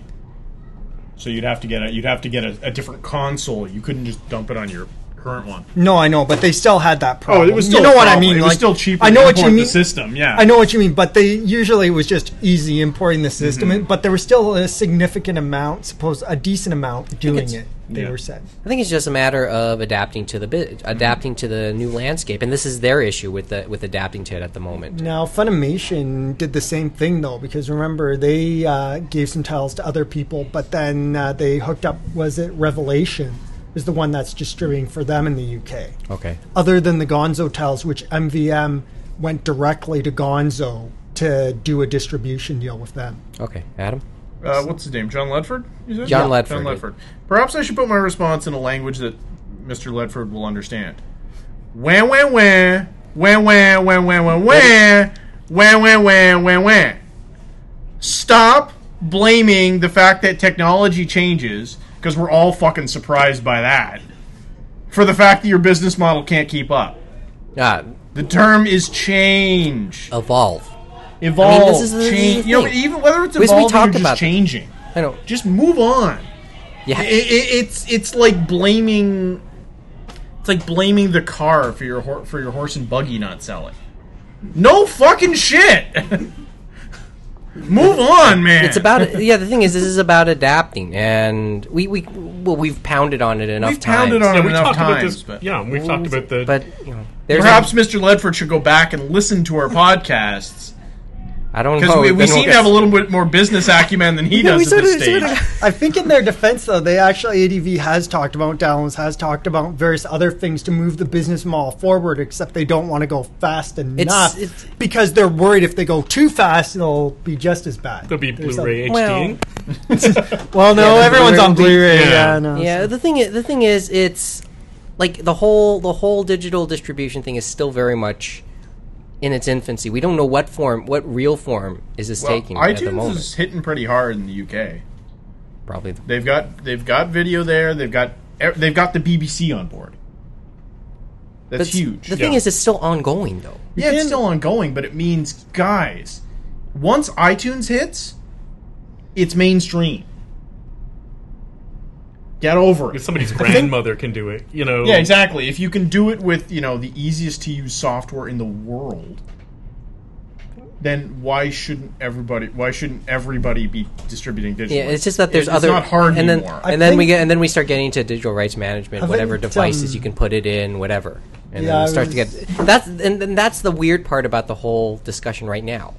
Speaker 4: So you'd have to get a you'd have to get a, a different console. You couldn't just dump it on your current one.
Speaker 6: No, I know, but they still had that
Speaker 4: Oh,
Speaker 6: problem.
Speaker 4: it was
Speaker 6: you
Speaker 4: still
Speaker 6: know
Speaker 4: a
Speaker 6: what I
Speaker 4: problem.
Speaker 6: mean.
Speaker 4: It was
Speaker 6: like,
Speaker 4: still cheaper.
Speaker 6: I know
Speaker 4: to
Speaker 6: what you
Speaker 4: import
Speaker 6: mean.
Speaker 4: The system, yeah.
Speaker 6: I know what you mean, but they usually it was just easy importing
Speaker 4: Mm-hmm.
Speaker 6: the system, but there was still a significant amount, suppose a decent amount doing it. They
Speaker 4: yeah.
Speaker 6: were said.
Speaker 1: I think it's just a matter of adapting to the bit, adapting to the new landscape, and this is their issue with the with adapting to it at the moment.
Speaker 6: Now Funimation did the same thing though, because remember they uh, gave some titles to other people, but then uh, they hooked up. Was it Revelation? Is the one that's distributing for them in the UK?
Speaker 1: Okay.
Speaker 6: other than the Gonzo tiles, which MVM went directly to Gonzo to do a distribution deal with them.
Speaker 1: Okay, Adam.
Speaker 4: Uh, what's his name? John Ledford? You said?
Speaker 1: John
Speaker 4: Yeah,
Speaker 1: Ledford,
Speaker 4: John
Speaker 1: yeah.
Speaker 4: Ledford. Perhaps I should put my response in a language that Mr. Ledford will understand. Wah, wah, wah. Wah, wah, wah, wah, wah, wah. Wah, wah, wah, wah, wah. Stop blaming the fact that technology changes, because we're all fucking surprised by that, for the fact that your business model can't keep up.
Speaker 1: Ah,
Speaker 4: The term is change.
Speaker 1: evolve.
Speaker 4: Evolve.
Speaker 1: this is the- this is the
Speaker 4: change. you know,
Speaker 1: thing.
Speaker 4: even whether it's
Speaker 1: We- we
Speaker 4: evolving
Speaker 1: talked
Speaker 4: or just
Speaker 1: about this.
Speaker 4: changing
Speaker 1: I know.
Speaker 4: just move on.
Speaker 1: Yeah.
Speaker 4: I- I- it's it's like blaming, it's like blaming the car for your hor- for your horse and buggy not selling. No fucking shit. move on, man.
Speaker 1: it's about yeah. The thing is, this is about adapting, and we we well, we've pounded on it enough
Speaker 4: We've pounded
Speaker 1: times.
Speaker 4: on
Speaker 3: Yeah,
Speaker 4: it
Speaker 3: we
Speaker 4: enough
Speaker 3: talked about
Speaker 4: times,
Speaker 3: this.
Speaker 4: but
Speaker 3: Yeah, we've talked about the.
Speaker 1: But you know, there's
Speaker 4: perhaps Mr. Ledford should go back and listen to our podcasts.
Speaker 1: a- I don't
Speaker 4: Because
Speaker 1: know.
Speaker 4: we,
Speaker 1: Oh, then
Speaker 4: we
Speaker 1: we'll
Speaker 4: seem
Speaker 1: get-
Speaker 4: to have a little bit more business acumen than he does at this stage.
Speaker 6: I think in their defense, though, they actually ADV has talked about downloads, has talked about various other things to move the business model forward. Except they don't want to go fast enough
Speaker 1: it's-
Speaker 6: because they're worried if they go too fast, it'll be just as bad.
Speaker 3: There'll be
Speaker 6: There's
Speaker 3: Blu-ray
Speaker 6: a-
Speaker 1: Well-
Speaker 3: HD.
Speaker 6: Well, no,
Speaker 1: Yeah, the
Speaker 6: everyone's
Speaker 1: Blu-ray will
Speaker 6: on
Speaker 1: be-
Speaker 6: Blu-ray.
Speaker 3: Yeah.
Speaker 6: Yeah, no,
Speaker 1: Yeah, the thing is, the thing is, it's like the whole the whole digital distribution thing is still very much in its infancy. We don't know what form, what real form is this
Speaker 4: Well,
Speaker 1: taking at the
Speaker 4: iTunes
Speaker 1: moment.
Speaker 4: is hitting pretty hard in the UK.
Speaker 1: Probably the
Speaker 4: They've got they've got video there. They've got e- they've got the BBC on board. That's
Speaker 1: But
Speaker 4: huge.
Speaker 1: The thing
Speaker 3: Yeah.
Speaker 1: is, it's still ongoing though.
Speaker 4: yeah, it's still ongoing, but it means guys, once iTunes hits, it's mainstream. Get over
Speaker 3: If
Speaker 4: it.
Speaker 3: somebody's grandmother can do it, you know.
Speaker 4: Yeah, exactly. If you can do it with you know the easiest to use software in the world, then why shouldn't everybody? Why shouldn't everybody be distributing digitally?
Speaker 1: Yeah, it's just that there's
Speaker 4: It's
Speaker 1: other
Speaker 4: not hard
Speaker 1: and then,
Speaker 4: anymore.
Speaker 6: I
Speaker 1: And then we
Speaker 6: think-
Speaker 1: get and then we start getting into digital rights management,
Speaker 6: I
Speaker 1: whatever
Speaker 6: think,
Speaker 1: devices
Speaker 6: um,
Speaker 1: you can put it in, whatever. And
Speaker 6: Yeah,
Speaker 1: then
Speaker 6: I
Speaker 1: it starts
Speaker 6: was-
Speaker 1: to get that's and, and that's the weird part about the whole discussion right now.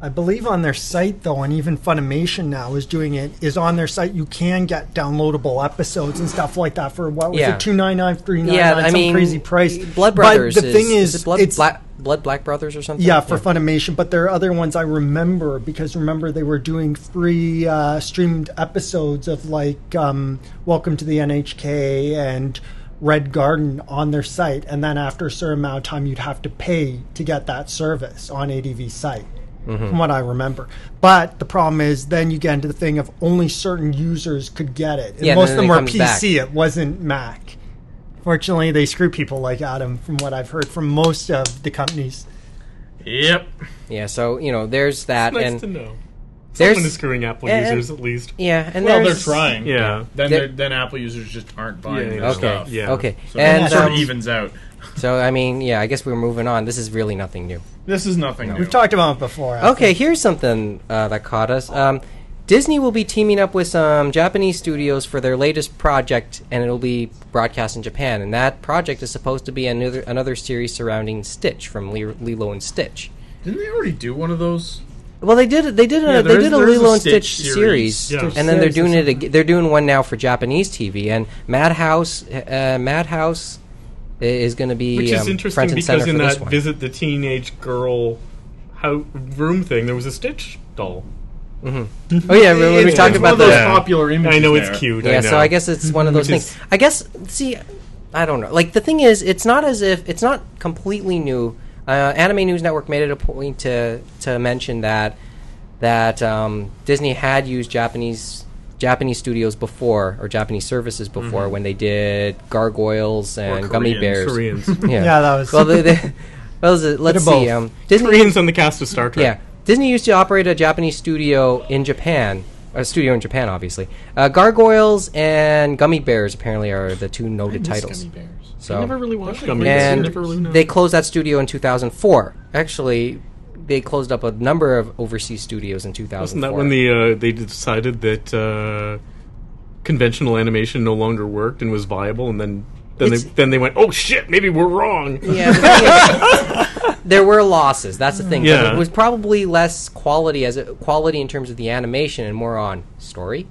Speaker 6: I believe on their site though, and even Funimation now is doing it. Is on their site you can get downloadable episodes and stuff like that for what was
Speaker 1: Yeah.
Speaker 6: it two nine nine three nine
Speaker 1: yeah,
Speaker 6: nine
Speaker 1: I
Speaker 6: some
Speaker 1: mean,
Speaker 6: crazy price.
Speaker 1: Blood Brothers.
Speaker 6: But the
Speaker 1: is,
Speaker 6: thing
Speaker 1: is
Speaker 6: is,
Speaker 1: it Blood
Speaker 6: it's
Speaker 1: Black Blood Black Brothers or something.
Speaker 6: Yeah, for Funimation, but there are other ones I remember because remember they were doing free uh, streamed episodes of like um, Welcome to the NHK and Red Garden on their site, and then after a certain amount of time, you'd have to pay to get that service on ADV's site.
Speaker 1: Mm-hmm.
Speaker 6: From what I remember, but the problem is, then you get into the thing of only certain users could get it. And
Speaker 1: Yeah, and
Speaker 6: most
Speaker 1: then
Speaker 6: of them
Speaker 1: it
Speaker 6: were
Speaker 1: comes
Speaker 6: PC.
Speaker 1: back.
Speaker 6: It wasn't Mac. Fortunately, they screw people like Adam, from what I've heard from most of the companies.
Speaker 4: Yep.
Speaker 1: yeah. So you know, there's that,
Speaker 3: Nice
Speaker 1: and
Speaker 3: to know.
Speaker 1: there's
Speaker 3: Someone is screwing Apple
Speaker 1: and-
Speaker 3: users at least.
Speaker 1: yeah, and
Speaker 4: Well, they're
Speaker 1: there's-
Speaker 4: trying.
Speaker 3: Yeah.
Speaker 4: Then
Speaker 1: They're-
Speaker 4: they're- then Apple users just aren't buying
Speaker 3: Yeah,
Speaker 4: their
Speaker 1: Okay,
Speaker 4: stuff.
Speaker 3: Yeah.
Speaker 1: okay,
Speaker 4: So it
Speaker 1: and
Speaker 4: sort of
Speaker 1: um,
Speaker 4: evens out.
Speaker 1: so I mean, yeah, I guess we're moving on. This is really nothing new.
Speaker 4: This is nothing new.
Speaker 6: We've talked about it before. I
Speaker 1: Okay, here's something uh, that caught us. Um, Disney will be teaming up with some Japanese studios for their latest project, and it'll be broadcast in Japan. And that project is supposed to be another another series surrounding Stitch from Le- Lilo and Stitch.
Speaker 4: Didn't they already do one of those?
Speaker 1: Well, they did they did a,
Speaker 4: Yeah,
Speaker 1: they
Speaker 4: there is-
Speaker 1: did a
Speaker 4: there is
Speaker 1: Lilo
Speaker 4: a
Speaker 1: and Stitch,
Speaker 4: Stitch
Speaker 1: series,
Speaker 4: series.
Speaker 3: Yeah.
Speaker 1: and then they're
Speaker 6: Stitch
Speaker 1: doing
Speaker 6: series
Speaker 1: it. ag- They're doing one now for Japanese TV, and Madhouse uh, Madhouse i- is going to be
Speaker 3: Which
Speaker 1: um,
Speaker 3: is interesting
Speaker 1: front and center
Speaker 3: because in
Speaker 1: for this
Speaker 3: that
Speaker 1: one.
Speaker 3: visit the teenage girl how room thing, there was a Stitch doll.
Speaker 1: oh yeah, we, we
Speaker 4: It's-
Speaker 1: talked
Speaker 4: it's
Speaker 1: about
Speaker 4: one of
Speaker 1: the
Speaker 4: those
Speaker 3: Yeah.
Speaker 4: popular images.
Speaker 3: I know
Speaker 4: there.
Speaker 3: it's cute.
Speaker 1: Yeah,
Speaker 3: know.
Speaker 1: so I guess it's one of those
Speaker 3: Which
Speaker 1: things. I guess see, I don't know. Like the thing is, it's not as if it's not completely new. Uh, Anime News Network made it a point to to mention that that um, Disney had used Japanese Japanese studios before or Japanese services before
Speaker 3: Mm-hmm.
Speaker 1: when they did Gargoyles and Gummy
Speaker 4: Koreans.
Speaker 1: Bears.
Speaker 3: Koreans.
Speaker 1: Yeah.
Speaker 6: Yeah, that was-
Speaker 1: well. They, they, well, is it- let's
Speaker 6: Bit of
Speaker 1: see.
Speaker 6: both.
Speaker 1: Um, Disney
Speaker 3: Koreans on the cast of Star Trek.
Speaker 1: yeah. Disney used to operate a Japanese studio in Japan. A studio in Japan, obviously. Uh, Gargoyles and Gummy Bears apparently are the two noted titles.
Speaker 4: Gummy bears.
Speaker 1: So
Speaker 3: I never really watched Gummy Bears.
Speaker 1: and
Speaker 3: never really know.
Speaker 1: they closed that studio in 2004. Actually, they closed up a number of overseas studios in 2004.
Speaker 3: Wasn't that when the uh, they decided that uh, conventional animation no longer worked and was viable, and then then they,
Speaker 1: It's-
Speaker 3: then they went, oh shit, maybe we're wrong.
Speaker 1: Yeah, the thing is, there were losses. That's the thing. but
Speaker 3: Yeah.
Speaker 1: it was probably less quality as a, quality in terms of the animation and more on story.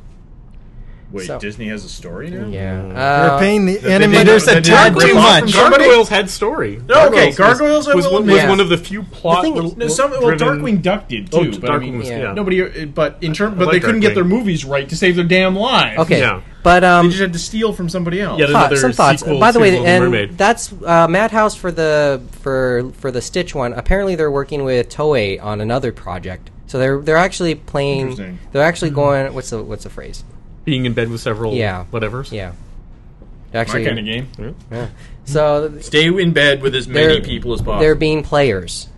Speaker 4: Wait,
Speaker 1: So-
Speaker 4: Disney has a story now?
Speaker 1: Yeah,
Speaker 3: Mm.
Speaker 6: They're
Speaker 1: uh,
Speaker 6: paying the
Speaker 4: they did-
Speaker 6: animators
Speaker 4: they
Speaker 6: a
Speaker 4: did
Speaker 6: tad
Speaker 4: rip
Speaker 6: too
Speaker 4: off from
Speaker 6: much.
Speaker 4: Gar-
Speaker 3: Gargoyles had story.
Speaker 4: No, okay,
Speaker 3: Gargoyles
Speaker 4: Gargoyles, I
Speaker 3: was, was,
Speaker 4: will
Speaker 3: one, was
Speaker 1: admit.
Speaker 3: one of the few plot.
Speaker 1: thing is-
Speaker 4: No, some, well,
Speaker 3: driven-
Speaker 4: Darkwing Duck did too.
Speaker 3: Oh,
Speaker 4: but I
Speaker 3: Darkwing
Speaker 4: mean,
Speaker 3: was
Speaker 1: yeah.
Speaker 3: yeah.
Speaker 4: nobody. uh, But in term,
Speaker 3: I
Speaker 4: but they
Speaker 3: like
Speaker 4: couldn't get
Speaker 3: Darkwing.
Speaker 4: their movies right to save their damn lives.
Speaker 1: okay,
Speaker 3: Yeah.
Speaker 1: but
Speaker 4: they
Speaker 1: um,
Speaker 4: just had to steal from somebody else.
Speaker 3: Yeah, there's-
Speaker 1: Thought-
Speaker 3: another
Speaker 1: some thoughts.
Speaker 3: sequel
Speaker 1: By the
Speaker 3: to
Speaker 1: way,
Speaker 3: Little
Speaker 1: and
Speaker 3: Mermaid.
Speaker 1: that's uh, Madhouse for the for for the Stitch one. Apparently, they're working with Toei on another project. So they're they're actually playing.
Speaker 4: Interesting.
Speaker 1: They're actually going. What's the what's the phrase?
Speaker 3: being in bed with several.
Speaker 1: Yeah.
Speaker 3: whatever.
Speaker 1: Yeah.
Speaker 4: my
Speaker 1: Actually,
Speaker 4: kind of game.
Speaker 1: so th-
Speaker 4: Stay in bed with as
Speaker 1: they're
Speaker 4: many people as
Speaker 1: they're
Speaker 4: possible.
Speaker 1: being players.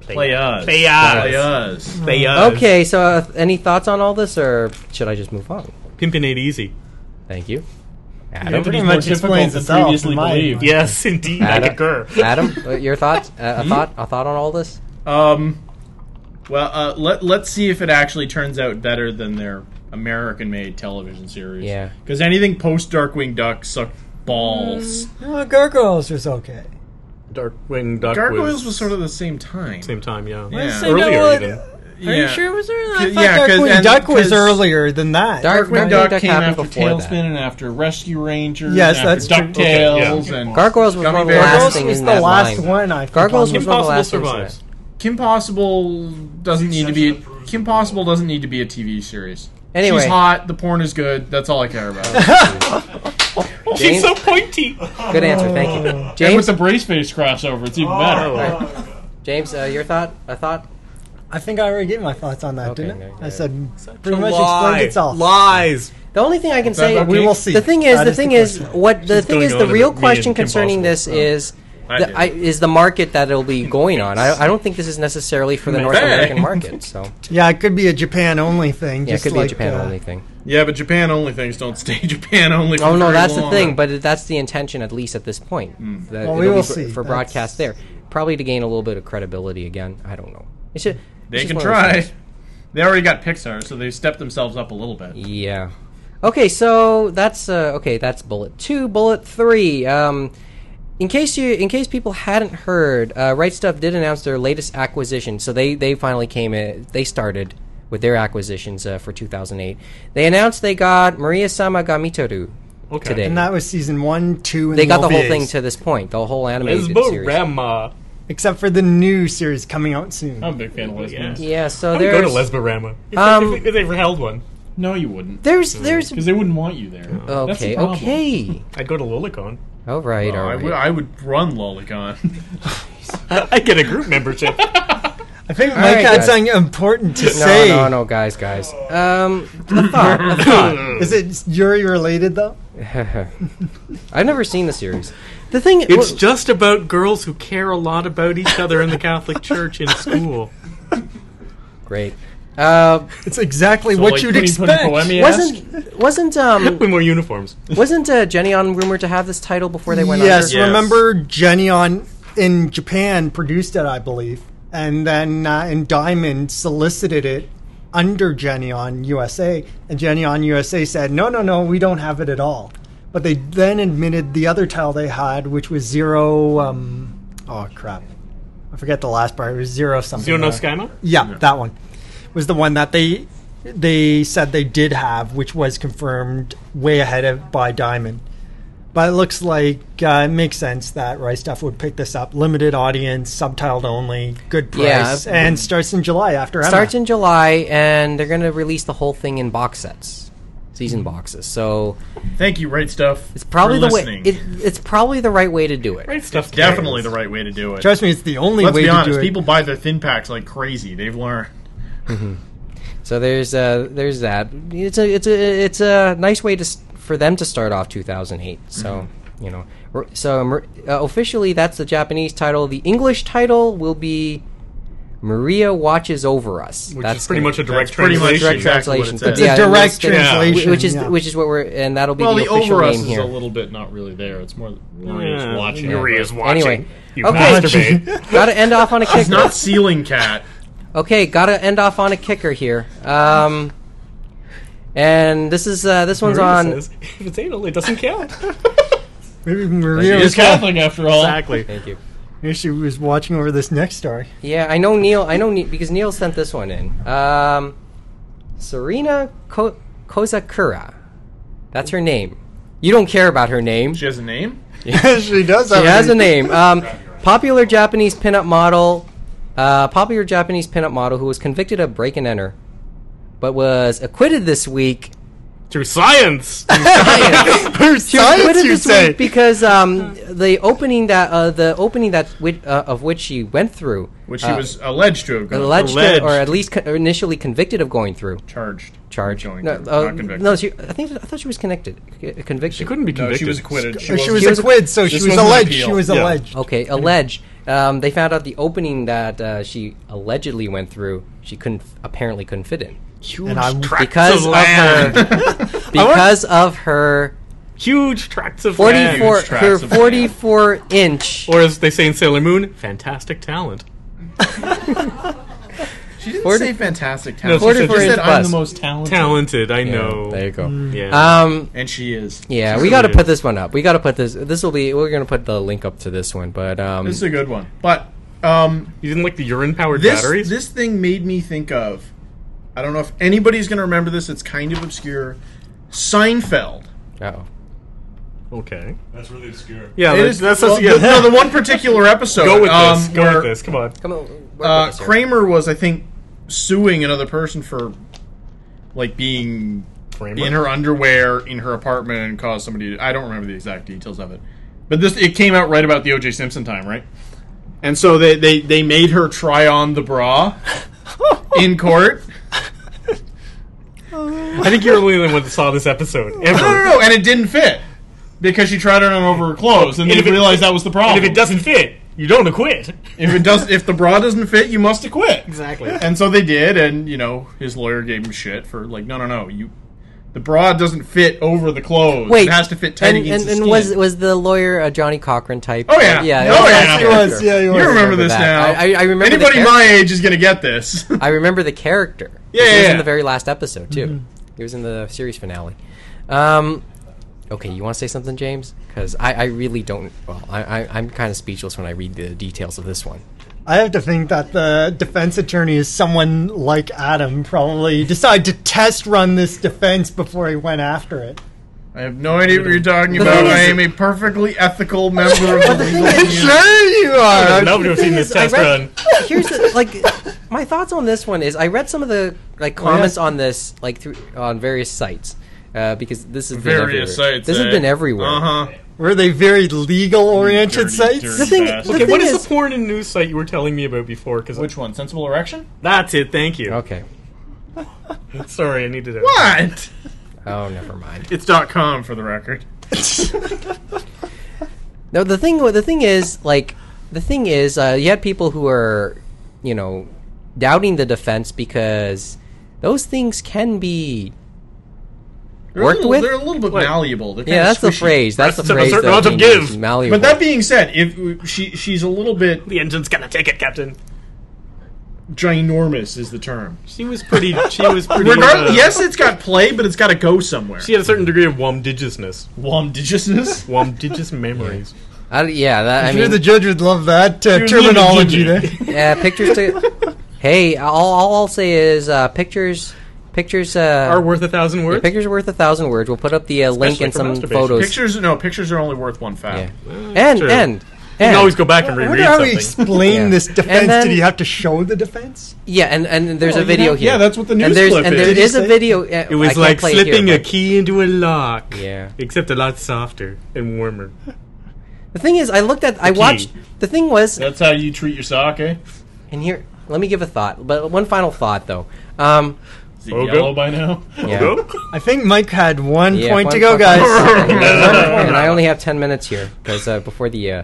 Speaker 4: Play us.
Speaker 3: Play us.
Speaker 4: Play us.
Speaker 3: They
Speaker 1: Mm. Okay, so uh, any thoughts on all this, or should I just move on?
Speaker 3: Pimpin' ain't easy.
Speaker 1: Thank you,
Speaker 4: It
Speaker 1: Adam.
Speaker 6: pretty
Speaker 4: was
Speaker 6: much
Speaker 4: more difficult
Speaker 6: explains
Speaker 4: than
Speaker 6: itself,
Speaker 4: previously
Speaker 6: in my
Speaker 4: believed.
Speaker 6: mind.
Speaker 3: Yes, indeed.
Speaker 1: Adam.
Speaker 3: Like a girl.
Speaker 1: Adam, uh, your thoughts? Uh, a thought? A thought on all this?
Speaker 4: Um, well, uh, let let's see if it actually turns out better than their American-made television series.
Speaker 1: Yeah.
Speaker 3: Mm.
Speaker 4: because anything post Darkwing Duck sucked balls.
Speaker 6: Uh, Gargoyles was okay.
Speaker 3: Darkwing Duck
Speaker 4: Gargoyles
Speaker 3: was,
Speaker 4: was sort of the same time.
Speaker 3: same time, yeah.
Speaker 4: Yeah.
Speaker 6: Say no,
Speaker 3: Earlier
Speaker 6: what-
Speaker 3: even.
Speaker 6: Are you
Speaker 4: Yeah.
Speaker 6: sure it was earlier? I
Speaker 4: Yeah,
Speaker 6: thought
Speaker 4: 'cause-
Speaker 6: Darkwing
Speaker 4: and-
Speaker 6: Duck was
Speaker 4: 'cause-
Speaker 6: earlier than that.
Speaker 1: Dark-
Speaker 4: Darkwing
Speaker 1: Darkwing
Speaker 4: Duck,
Speaker 1: Duck
Speaker 4: came
Speaker 1: happened
Speaker 4: after
Speaker 1: before
Speaker 4: Tailspin
Speaker 1: that.
Speaker 4: and after Rescue Rangers.
Speaker 6: Yes,
Speaker 4: and after
Speaker 6: that's true.
Speaker 4: DuckTales
Speaker 3: Okay, yeah.
Speaker 4: and
Speaker 1: Gargoyles was
Speaker 4: Gummy
Speaker 1: one of the
Speaker 4: Bears.
Speaker 1: last
Speaker 6: Gargoyles
Speaker 1: things
Speaker 6: was
Speaker 1: in
Speaker 6: the
Speaker 1: that
Speaker 6: last
Speaker 1: line.
Speaker 6: one. I
Speaker 1: Gargoyles was
Speaker 3: Kim
Speaker 1: one of the
Speaker 3: Possible
Speaker 1: last things in that.
Speaker 3: survives.
Speaker 4: Kim Possible doesn't need to be.
Speaker 8: Exception
Speaker 4: Kim Possible doesn't need to be a TV series.
Speaker 1: Anyway.
Speaker 4: she's hot. The porn is good. That's all I care about.
Speaker 1: James,
Speaker 3: She's so pointy.
Speaker 1: good answer, thank
Speaker 6: Oh.
Speaker 1: you.
Speaker 4: and with
Speaker 1: James,
Speaker 4: the brace face crossover, it's
Speaker 3: Oh.
Speaker 4: even better.
Speaker 1: James, uh, your thought? A thought?
Speaker 6: I think I already gave my thoughts on that,
Speaker 1: Okay,
Speaker 6: didn't
Speaker 1: no,
Speaker 6: I?
Speaker 1: you
Speaker 6: I
Speaker 1: did.
Speaker 6: said pretty much explained itself.
Speaker 3: Lies.
Speaker 1: The only thing I can say,
Speaker 4: that
Speaker 6: We will see.
Speaker 1: The thing is,
Speaker 6: That
Speaker 1: the thing is,
Speaker 6: question.
Speaker 1: what the
Speaker 3: She's
Speaker 1: thing
Speaker 3: going
Speaker 1: is,
Speaker 3: on
Speaker 1: the
Speaker 3: about
Speaker 1: real
Speaker 3: me and
Speaker 1: question
Speaker 3: Kim
Speaker 1: concerning
Speaker 3: Possible,
Speaker 1: this
Speaker 3: so.
Speaker 1: is,
Speaker 4: I
Speaker 1: the,
Speaker 4: did.
Speaker 1: I, is the market that it'll be going on. I, I don't think this is necessarily for the North
Speaker 4: Hey.
Speaker 1: American market. So
Speaker 6: Yeah, it could be a Japan only thing.
Speaker 1: yeah, it
Speaker 6: just
Speaker 1: could be a
Speaker 6: like,
Speaker 1: Japan
Speaker 6: uh,
Speaker 1: only thing.
Speaker 4: Yeah, but Japan only things don't stay Japan only. for
Speaker 1: Oh no,
Speaker 4: very
Speaker 1: that's the
Speaker 4: long.
Speaker 1: thing. But that's the intention, at least at this point. That
Speaker 6: Well, we
Speaker 1: it'll be
Speaker 6: will
Speaker 1: for,
Speaker 6: see.
Speaker 1: for
Speaker 6: That's-
Speaker 1: broadcast there, probably to gain a little bit of credibility again. I don't know. It's ju-
Speaker 4: they
Speaker 1: it's just
Speaker 4: can
Speaker 1: one of those
Speaker 4: try.
Speaker 1: things.
Speaker 4: They already got Pixar, so they stepped themselves up a little bit.
Speaker 1: Yeah. Okay, so that's uh, okay. That's bullet two. Bullet three. Um, in case you, in case people hadn't heard, uh, Right Stuff did announce their latest acquisition. So they they finally came in. They started with their acquisitions uh, for 2008. They announced they got Maria Sama ga Mitoru
Speaker 3: Okay.
Speaker 1: today.
Speaker 6: And that was season one, two, and
Speaker 1: they got the whole
Speaker 6: OVAs,
Speaker 1: thing to this point. The whole animated
Speaker 3: Lesbo
Speaker 1: series.
Speaker 3: Rama.
Speaker 6: except for the new series coming out soon.
Speaker 4: I'm a big fan of lesbian.
Speaker 1: Yeah. So
Speaker 3: I would go to
Speaker 1: there's
Speaker 3: Lesborama. If,
Speaker 1: Um,
Speaker 3: if, if they ever held one,
Speaker 4: No, you wouldn't,
Speaker 1: there's Oh. there's
Speaker 4: because they wouldn't want you there. That's the
Speaker 1: okay
Speaker 4: problem.
Speaker 1: okay.
Speaker 3: I'd go to Lolicon.
Speaker 1: All right.
Speaker 4: Oh,
Speaker 1: all
Speaker 4: I
Speaker 1: right.
Speaker 4: would, I would run Lolicon.
Speaker 3: I get a group membership.
Speaker 6: I think Mike
Speaker 1: right,
Speaker 6: had
Speaker 1: guys.
Speaker 6: something important to
Speaker 1: no,
Speaker 6: say.
Speaker 1: no, no, guys, guys. Um, the thought, the thought.
Speaker 6: Is it Yuri related though?
Speaker 1: I've never seen the series. The thing
Speaker 3: It's
Speaker 1: well,
Speaker 3: just about girls who care a lot about each other in the Catholic Church in school.
Speaker 1: great. Uh,
Speaker 6: It's exactly what
Speaker 4: like,
Speaker 6: you'd
Speaker 4: putting- putting
Speaker 6: expect.
Speaker 4: Poemi-
Speaker 1: wasn't wasn't um
Speaker 3: We more uniforms.
Speaker 1: wasn't uh, Jenny on rumored to have this title before they went
Speaker 6: yes,
Speaker 1: under?
Speaker 4: Yes.
Speaker 6: remember Jenny on in Japan produced it, I believe, and then uh, and Diamond solicited it under Jenny on USA, and Jenny on USA said, "No, no, no, we don't have it at all." But they then admitted the other title they had, which was zero. Um, oh crap, I forget the last part. It was zero something.
Speaker 3: Do you know
Speaker 6: there.
Speaker 3: Skyma?
Speaker 6: Yeah, that one was the one that they they said they did have, which was confirmed way ahead of by Diamond. But it looks like uh, it makes sense that Rice Stuff would pick this up. Limited audience, subtitled only, good
Speaker 1: Yeah.
Speaker 6: price, and starts in July after Emma.
Speaker 1: Starts in July, and they're gonna release the whole thing in box sets, season boxes. So
Speaker 4: Thank you, right stuff.
Speaker 1: it's probably
Speaker 4: for
Speaker 1: the way
Speaker 4: listening.
Speaker 1: it, it's probably the right way to do it.
Speaker 3: Right stuff.
Speaker 4: Definitely the right way to do it.
Speaker 6: Trust me, it's the only
Speaker 4: Let's
Speaker 6: way
Speaker 4: be
Speaker 6: to
Speaker 4: honest.
Speaker 6: do it.
Speaker 4: People buy their thin packs like crazy. They've learned.
Speaker 1: So there's uh there's that. It's a it's a it's a nice way to s- for them to start off 2008. So you know, r- so Mar- uh, officially that's the Japanese title. The English title will be Maria watches over us.
Speaker 3: Which
Speaker 1: that's
Speaker 3: is pretty
Speaker 1: gonna-
Speaker 4: That's
Speaker 3: much a direct
Speaker 4: pretty much
Speaker 3: translation.
Speaker 4: direct exactly what it
Speaker 1: translation.
Speaker 4: says.
Speaker 6: It's a
Speaker 1: Yeah, and we'll
Speaker 6: direct
Speaker 1: spin it, wh-
Speaker 6: translation.
Speaker 1: which is
Speaker 6: yeah.
Speaker 1: which is what we're and that'll be
Speaker 4: Well,
Speaker 1: the
Speaker 4: the
Speaker 1: official
Speaker 4: over us
Speaker 1: name
Speaker 4: is
Speaker 1: here.
Speaker 4: a little bit not really there. It's more Maria's
Speaker 3: Yeah,
Speaker 4: watching.
Speaker 3: Maria's watching.
Speaker 1: Anyway,
Speaker 3: You
Speaker 1: okay.
Speaker 3: masturbate.
Speaker 1: got to end off on a
Speaker 4: It's
Speaker 1: kicker.
Speaker 4: not ceiling cat.
Speaker 1: Okay, gotta end off on a kicker here. Um, and this is uh, this one's
Speaker 3: Maria
Speaker 1: on.
Speaker 3: says, if it's anal, it doesn't count.
Speaker 6: Maybe Maria
Speaker 4: It's
Speaker 6: was,
Speaker 4: Catholic after all.
Speaker 3: exactly.
Speaker 1: Thank you.
Speaker 6: maybe she was watching over this next story.
Speaker 1: Yeah, I know Neil. I know ne- because Neil sent this one in. Um, Serena Ko- Kozakura. That's her name. You don't care about her name.
Speaker 4: She has a name.
Speaker 6: she does.
Speaker 1: She has a name. Um, popular Japanese pinup model. Uh, popular Japanese pinup model who was convicted of break and enter, but was acquitted this week.
Speaker 3: Through science.
Speaker 6: Her science,
Speaker 1: acquitted
Speaker 6: you
Speaker 1: this
Speaker 6: say?
Speaker 1: week because um, the opening that uh, the opening that wi- uh, of which she went through,
Speaker 4: Which she
Speaker 1: uh,
Speaker 4: was alleged to have gone
Speaker 1: alleged,
Speaker 3: Alleged.
Speaker 1: or at least co- or initially convicted of going through.
Speaker 4: charged.
Speaker 1: charge.
Speaker 4: Going
Speaker 1: No,
Speaker 4: through,
Speaker 1: uh,
Speaker 4: not convicted.
Speaker 1: no, she. I think I thought she was connected, c- convicted.
Speaker 3: she couldn't be
Speaker 4: No,
Speaker 3: convicted.
Speaker 4: she was acquitted.
Speaker 6: She, was,
Speaker 1: She was-
Speaker 6: acquitted, so
Speaker 4: this
Speaker 6: she was
Speaker 4: was an
Speaker 6: alleged.
Speaker 4: appeal.
Speaker 6: She was
Speaker 3: Yeah.
Speaker 6: alleged.
Speaker 1: Okay, alleged. Um, they found out the opening that uh, she allegedly went through. She couldn't apparently couldn't fit in
Speaker 3: Huge
Speaker 6: And I'm-
Speaker 3: tracts
Speaker 1: because
Speaker 3: of
Speaker 1: of
Speaker 3: land.
Speaker 1: her because of her
Speaker 3: Huge tracts of
Speaker 1: forty
Speaker 3: land.
Speaker 1: four
Speaker 4: tracts
Speaker 1: her
Speaker 4: of land.
Speaker 1: forty four inch.
Speaker 3: Or as they say in Sailor Moon, fantastic talent.
Speaker 4: She didn't
Speaker 1: Forty-
Speaker 4: say fantastic
Speaker 3: No,
Speaker 4: talent.
Speaker 3: she said
Speaker 4: she just
Speaker 1: just-
Speaker 4: said I'm
Speaker 1: plus.
Speaker 4: the most talented.
Speaker 3: Talented, I know.
Speaker 1: There you go.
Speaker 3: Yeah.
Speaker 1: Um,
Speaker 4: And she is.
Speaker 1: yeah,
Speaker 3: She
Speaker 1: we got to
Speaker 3: really
Speaker 1: put
Speaker 3: is.
Speaker 1: this one up. We got to put this. This will be. We're gonna put the link up to this one, but um,
Speaker 4: This is a good one. But um,
Speaker 3: you didn't like the urine powered
Speaker 4: this
Speaker 3: batteries?
Speaker 4: this thing made me think of. I don't know if anybody's going to remember this. It's kind of obscure. Seinfeld.
Speaker 1: oh,
Speaker 3: okay.
Speaker 8: That's really obscure.
Speaker 3: Yeah,
Speaker 4: It
Speaker 3: that-
Speaker 4: is.
Speaker 3: Oh, that's
Speaker 4: well,
Speaker 3: yeah,
Speaker 4: the, no, the one particular episode.
Speaker 3: Go with
Speaker 4: um,
Speaker 3: this. Go
Speaker 4: where,
Speaker 3: with this. Come on.
Speaker 1: come on. work with
Speaker 4: Uh,
Speaker 1: us here.
Speaker 4: Kramer was, I think, suing another person for like being
Speaker 3: Kramer.
Speaker 4: in her underwear in her apartment and caused somebody to, I don't remember the exact details of it. But this it came out right about the OJ Simpson time, right? And so they, they, they made her try on the bra in court.
Speaker 3: I think you're the only one that saw this episode
Speaker 4: No, no,
Speaker 3: ever.
Speaker 4: no, and it didn't fit. Because she tried it on over her clothes and,
Speaker 3: And
Speaker 4: they
Speaker 3: if it-
Speaker 4: realized that was the problem.
Speaker 3: and if it doesn't fit, you don't
Speaker 1: Uh,
Speaker 3: acquit.
Speaker 4: if it does if the bra doesn't fit, you must acquit.
Speaker 3: Exactly.
Speaker 4: And so they did, and you know, his lawyer gave him shit for like, no, no, no, you, the bra doesn't fit over the clothes.
Speaker 1: Wait,
Speaker 4: it has to fit tight
Speaker 1: and,
Speaker 4: against
Speaker 1: and, and
Speaker 4: the
Speaker 1: was
Speaker 4: skin.
Speaker 1: was the lawyer a Johnny Cochran type?
Speaker 4: Oh, yeah.
Speaker 1: yeah, it
Speaker 4: Oh,
Speaker 1: was
Speaker 4: yeah.
Speaker 1: that
Speaker 4: He
Speaker 1: character.
Speaker 6: was, yeah, he
Speaker 4: you
Speaker 6: was.
Speaker 4: remember,
Speaker 1: remember
Speaker 4: this
Speaker 1: that.
Speaker 4: now?
Speaker 1: I- I- I remember the
Speaker 4: Anybody
Speaker 1: character.
Speaker 4: my age is gonna get this.
Speaker 1: I remember the character. he
Speaker 4: Yeah, yeah,
Speaker 1: was
Speaker 4: yeah. Mm-hmm.
Speaker 1: in the very last episode too. He was in the series finale. Um, okay, you want to say something, James? Because I, I really don't. Well, I, I I'm kind of speechless when I read the details of this one.
Speaker 6: I have to think that the defense attorney is someone like Adam, probably decided to test run this defense before he went after it.
Speaker 4: I have no idea what you're talking
Speaker 1: The
Speaker 4: about.
Speaker 1: thing
Speaker 4: I
Speaker 1: is-
Speaker 4: am a perfectly ethical member of the legal community.
Speaker 6: you are.
Speaker 3: Nobody would have seen this
Speaker 1: I
Speaker 3: test
Speaker 1: read-
Speaker 3: run.
Speaker 1: here's the, like my thoughts on this one is I read some of the like
Speaker 4: Oh,
Speaker 1: comments on this like through on various sites uh, because this has
Speaker 4: Various
Speaker 1: been everywhere.
Speaker 4: sites.
Speaker 1: this
Speaker 4: eh?
Speaker 1: has been everywhere.
Speaker 4: Uh-huh.
Speaker 6: Were they very legal oriented
Speaker 4: Dirty,
Speaker 6: sites?
Speaker 4: dirty
Speaker 1: The thing,
Speaker 4: bastard.
Speaker 1: the
Speaker 4: Okay,
Speaker 3: Okay,
Speaker 1: thing
Speaker 3: what is,
Speaker 1: is,
Speaker 3: the porn and news site you were telling me about before? Because
Speaker 4: Which one? Sensible erection?
Speaker 3: that's it. Thank you.
Speaker 1: okay?
Speaker 3: Sorry, I needed it.
Speaker 4: What?
Speaker 1: Oh, never mind.
Speaker 4: It's dot com for the record.
Speaker 1: No, the thing the thing is like the thing is uh, you had people who are you know doubting the defense because those things can be
Speaker 4: They're a
Speaker 1: Worked
Speaker 4: little-
Speaker 1: with?
Speaker 4: They're a little bit
Speaker 3: Wait.
Speaker 4: malleable. They're
Speaker 1: yeah
Speaker 4: kinda
Speaker 1: that's the
Speaker 4: squishy.
Speaker 1: phrase that's the
Speaker 3: Breasts
Speaker 1: phrase
Speaker 3: have a certain
Speaker 1: that
Speaker 3: amount of
Speaker 1: being used,
Speaker 3: give.
Speaker 1: malleable.
Speaker 4: But that being said, if she she's a little bit
Speaker 3: The engine's gonna take it, Captain.
Speaker 4: ginormous is the term.
Speaker 3: She was pretty. She was pretty.
Speaker 4: Regardless,
Speaker 3: uh,
Speaker 4: yes, it's got play, but it's got to go somewhere.
Speaker 3: She had a certain degree of womdigiousness,
Speaker 4: Womdigiousness.
Speaker 3: womdigious memories.
Speaker 1: I, yeah that, I
Speaker 6: I'm sure
Speaker 1: mean
Speaker 6: the judge would love that uh,
Speaker 4: You're leaving,
Speaker 6: terminology there.
Speaker 4: Gigi.
Speaker 1: Yeah, pictures to. hey, all, all I'll say is uh, pictures. Pictures. Uh,
Speaker 3: Are worth a thousand words.
Speaker 1: pictures are worth a thousand words. We'll put up the uh, link
Speaker 3: Especially
Speaker 1: and
Speaker 3: for
Speaker 1: some
Speaker 3: masturbation.
Speaker 1: photos.
Speaker 4: Pictures. No, pictures are only worth one
Speaker 1: Yeah.
Speaker 4: fact.
Speaker 1: and,
Speaker 3: true.
Speaker 1: and
Speaker 3: you
Speaker 1: and
Speaker 3: can always go back and
Speaker 6: I
Speaker 3: reread
Speaker 6: wonder how he
Speaker 3: something.
Speaker 6: explained
Speaker 1: Yeah.
Speaker 6: this
Speaker 1: And
Speaker 6: defense.
Speaker 1: then-
Speaker 6: Did he have to show the defense?
Speaker 1: yeah, and and there's a
Speaker 4: Well, you
Speaker 1: video
Speaker 4: know-
Speaker 1: here.
Speaker 4: yeah, that's what the news
Speaker 1: and there's,
Speaker 4: clip
Speaker 1: and
Speaker 4: is.
Speaker 1: there
Speaker 4: Did
Speaker 6: you
Speaker 1: is a
Speaker 6: say-
Speaker 1: video. uh,
Speaker 3: It
Speaker 1: I
Speaker 3: was
Speaker 1: can't
Speaker 3: like
Speaker 1: play it
Speaker 3: slipping
Speaker 1: here,
Speaker 3: a
Speaker 1: but-
Speaker 3: key into a lock.
Speaker 1: Yeah.
Speaker 3: Except a lot softer and warmer.
Speaker 1: The thing is, I looked at. I
Speaker 3: key.
Speaker 1: watched. The thing was,
Speaker 4: That's how you treat your sake. eh?
Speaker 1: and here, let me give a thought. But one final thought though. Um,
Speaker 4: Is it
Speaker 3: Ogo?
Speaker 4: yellow by now?
Speaker 1: yeah.
Speaker 3: Go.
Speaker 6: I think Mike had one
Speaker 1: Yeah,
Speaker 6: point
Speaker 1: one
Speaker 6: to go,
Speaker 1: point.
Speaker 6: guys.
Speaker 1: One point, and I only have ten minutes here because uh, before the uh,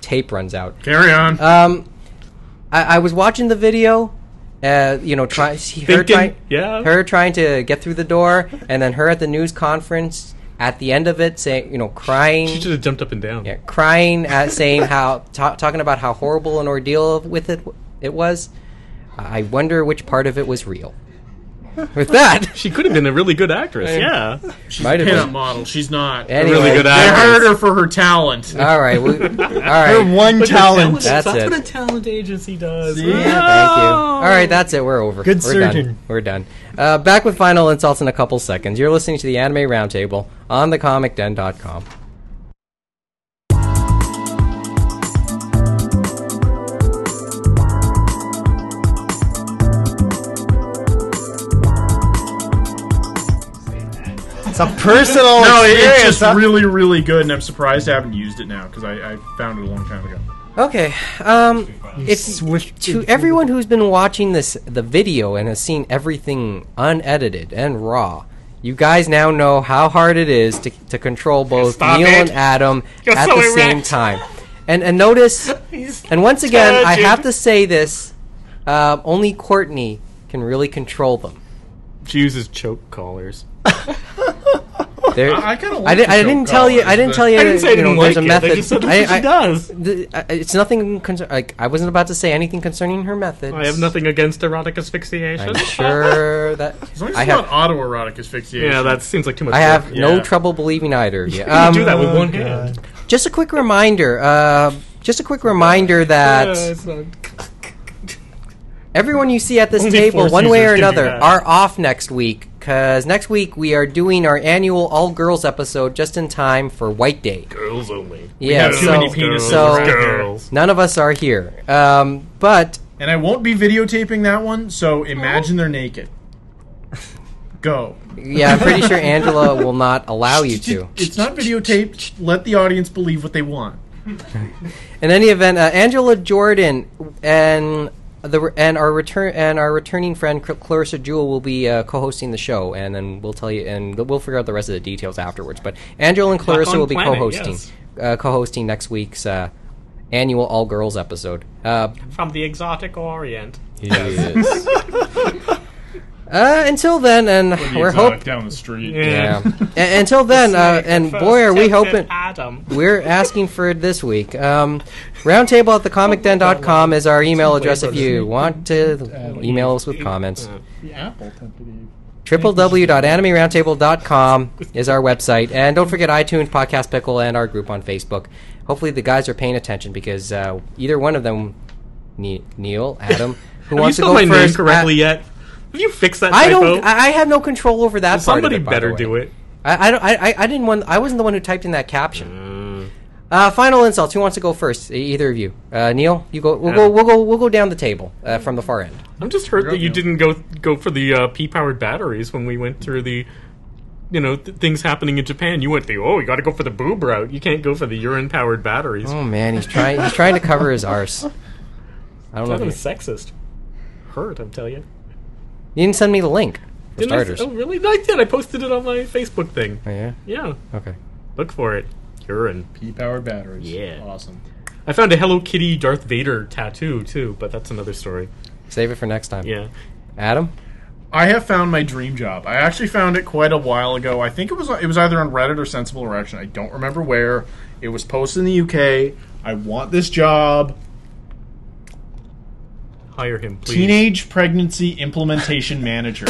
Speaker 1: tape runs out.
Speaker 4: Carry on.
Speaker 1: Um, I, I was watching the video. Uh, you know, try, see her
Speaker 3: Thinking,
Speaker 1: trying,
Speaker 3: yeah.
Speaker 1: her trying to get through the door, and then her at the news conference at the end of it, saying, you know,
Speaker 3: She
Speaker 1: crying,
Speaker 3: should have jumped up and down.
Speaker 1: yeah, crying, at saying how, ta- talking about how horrible an ordeal with it it was. I wonder which part of it was real. With that,
Speaker 3: She could have been a really good actress. Yeah.
Speaker 4: She's
Speaker 1: might
Speaker 4: a
Speaker 1: have
Speaker 4: pinup
Speaker 1: been.
Speaker 4: model. She's not.
Speaker 1: Anyway.
Speaker 3: Really good
Speaker 4: They
Speaker 3: actress.
Speaker 4: hired her for her talent.
Speaker 1: all right, we, all
Speaker 6: Her
Speaker 1: right,
Speaker 6: one talent.
Speaker 3: That's,
Speaker 1: That's it.
Speaker 3: what a talent agency does.
Speaker 4: See?
Speaker 1: thank you. All right, that's it. We're over.
Speaker 6: Good
Speaker 1: We're Done.
Speaker 6: surgeon.
Speaker 1: We're done. Uh, back with final insults in a couple seconds. You're listening to the Anime Roundtable on thecomicden.com.
Speaker 6: It's a personal
Speaker 4: No, it-
Speaker 6: experience.
Speaker 4: it's just
Speaker 6: huh?
Speaker 4: really, really good, and I'm surprised I haven't used it now because I, I found it a long time ago.
Speaker 1: Okay. Um, it's
Speaker 6: Swift
Speaker 1: to everyone who's been watching this the video and has seen everything unedited and raw. You guys now know how hard it is to, to control both
Speaker 3: Stop
Speaker 1: Neil
Speaker 3: it.
Speaker 1: and Adam
Speaker 3: You're
Speaker 1: at
Speaker 3: so
Speaker 1: the
Speaker 3: erect.
Speaker 1: same time. And and notice and once again I
Speaker 3: touching.
Speaker 1: have to say this uh, only Courtney can really control them.
Speaker 3: She uses choke collars.
Speaker 1: There-
Speaker 4: I- I kinda like
Speaker 1: I, di-
Speaker 4: the
Speaker 1: I
Speaker 4: show
Speaker 1: didn't tell you. I
Speaker 4: College,
Speaker 1: didn't
Speaker 4: but-
Speaker 1: tell you.
Speaker 3: I didn't say I
Speaker 1: you know,
Speaker 3: didn't
Speaker 1: there's
Speaker 3: like
Speaker 1: a
Speaker 3: it.
Speaker 1: method.
Speaker 3: I just said that's
Speaker 1: I-
Speaker 3: what she
Speaker 1: I-
Speaker 3: does.
Speaker 1: the- I- it's nothing. Concer- like I wasn't about to say anything concerning her methods.
Speaker 3: I have nothing against erotic asphyxiation.
Speaker 1: I'm sure that
Speaker 4: As long as
Speaker 1: I
Speaker 4: it's
Speaker 1: have.
Speaker 4: not autoerotic asphyxiation.
Speaker 3: Yeah, that seems like too much.
Speaker 1: I have
Speaker 3: work.
Speaker 1: no
Speaker 4: Yeah.
Speaker 1: trouble believing either of you.
Speaker 3: You
Speaker 1: Um,
Speaker 3: do that with
Speaker 6: Oh,
Speaker 3: one
Speaker 6: God.
Speaker 3: hand.
Speaker 1: Just a quick reminder. Uh, just a quick reminder that.
Speaker 3: Yeah, it's not-
Speaker 1: Everyone you see at this
Speaker 3: Only
Speaker 1: table,
Speaker 3: force
Speaker 1: one way
Speaker 3: users
Speaker 1: or
Speaker 3: can do
Speaker 1: another,
Speaker 3: that.
Speaker 1: are off next week. Because next week we are doing our annual all girls episode just in time for White Day.
Speaker 3: girls only.
Speaker 1: Yeah,
Speaker 4: have
Speaker 1: so,
Speaker 4: too
Speaker 3: Oh,
Speaker 4: many penises
Speaker 1: so
Speaker 4: around here.
Speaker 1: none of us are here. Um, but
Speaker 4: And I won't be videotaping that one, so imagine they're naked. Go.
Speaker 1: yeah, I'm pretty sure Angela will not allow you to.
Speaker 4: It's not videotaped. Let the audience believe what they want.
Speaker 1: In any event, uh, Angela Jordan and the and our return and our returning friend Cl- Clarissa Jewell will be uh, co-hosting the show, and then we'll tell you, and we'll figure out the rest of the details afterwards. But Angela and Clarissa
Speaker 3: on
Speaker 1: will be
Speaker 3: planet,
Speaker 1: co-hosting,
Speaker 3: yes.
Speaker 1: uh, co-hosting next week's uh, annual all girls episode. Uh,
Speaker 3: From the exotic Orient.
Speaker 1: yes. uh, until then, and we're hoping.
Speaker 4: down the street.
Speaker 1: Yeah. A- until then, uh, and boy, are we hoping.
Speaker 3: Adam.
Speaker 1: We're asking for it this week. Um, roundtable at thecomicden.com is our email address if you want to email us with comments. www.animeroundtable.com is our website. And don't forget iTunes, Podcast Pickle, and our group on Facebook. Hopefully, the guys are paying attention because uh, either one of them, ne- Neil, Adam, who
Speaker 3: Have you
Speaker 1: wants to
Speaker 3: spelled
Speaker 1: go
Speaker 3: my name
Speaker 1: first?
Speaker 3: correctly
Speaker 1: I-
Speaker 3: yet? Have you fixed that
Speaker 1: I
Speaker 3: typo?
Speaker 1: don't. I I have no control over that. part of
Speaker 3: Somebody
Speaker 1: it, by the
Speaker 3: better
Speaker 1: way.
Speaker 3: do it.
Speaker 1: I, I, don't- I, I- I didn't want. I wasn't the one who typed in that caption.
Speaker 3: Mm.
Speaker 1: Uh, final insult. Who wants to go first? E- Either of you. Uh, Neil, you go. We'll go.
Speaker 3: Um.
Speaker 1: We'll go. We'll go down the table uh, from the far end.
Speaker 3: I'm just hurt that you
Speaker 4: Yeah.
Speaker 3: didn't go go for the uh, P-powered batteries when we went through the, you know, th- things happening in Japan. You went the oh, you got to go for the boob route. You can't go for the urine-powered batteries.
Speaker 1: Oh man, he's trying. He's trying to cover his arse. I don't know.
Speaker 3: Adam is
Speaker 1: if
Speaker 3: sexist. Hurt, I'm telling you.
Speaker 1: You, you didn't send me the link. For
Speaker 3: Didn't I,
Speaker 1: starters.
Speaker 3: oh, really? No, I did. I posted it on my Facebook thing.
Speaker 1: Oh, yeah.
Speaker 3: Yeah,
Speaker 1: Okay.
Speaker 3: look for it. Urine.
Speaker 4: P-power batteries.
Speaker 3: Yeah.
Speaker 4: Awesome.
Speaker 3: I found a Hello Kitty Darth Vader tattoo too, but that's another story.
Speaker 1: Save it for next time.
Speaker 3: Yeah.
Speaker 1: Adam.
Speaker 4: I have found my dream job. I actually found it quite a while ago. I think it was it was either on Reddit or Sensible Erection. I don't remember where. It was posted in the UK. I want this job.
Speaker 3: Hire him, please.
Speaker 4: Teenage pregnancy implementation manager.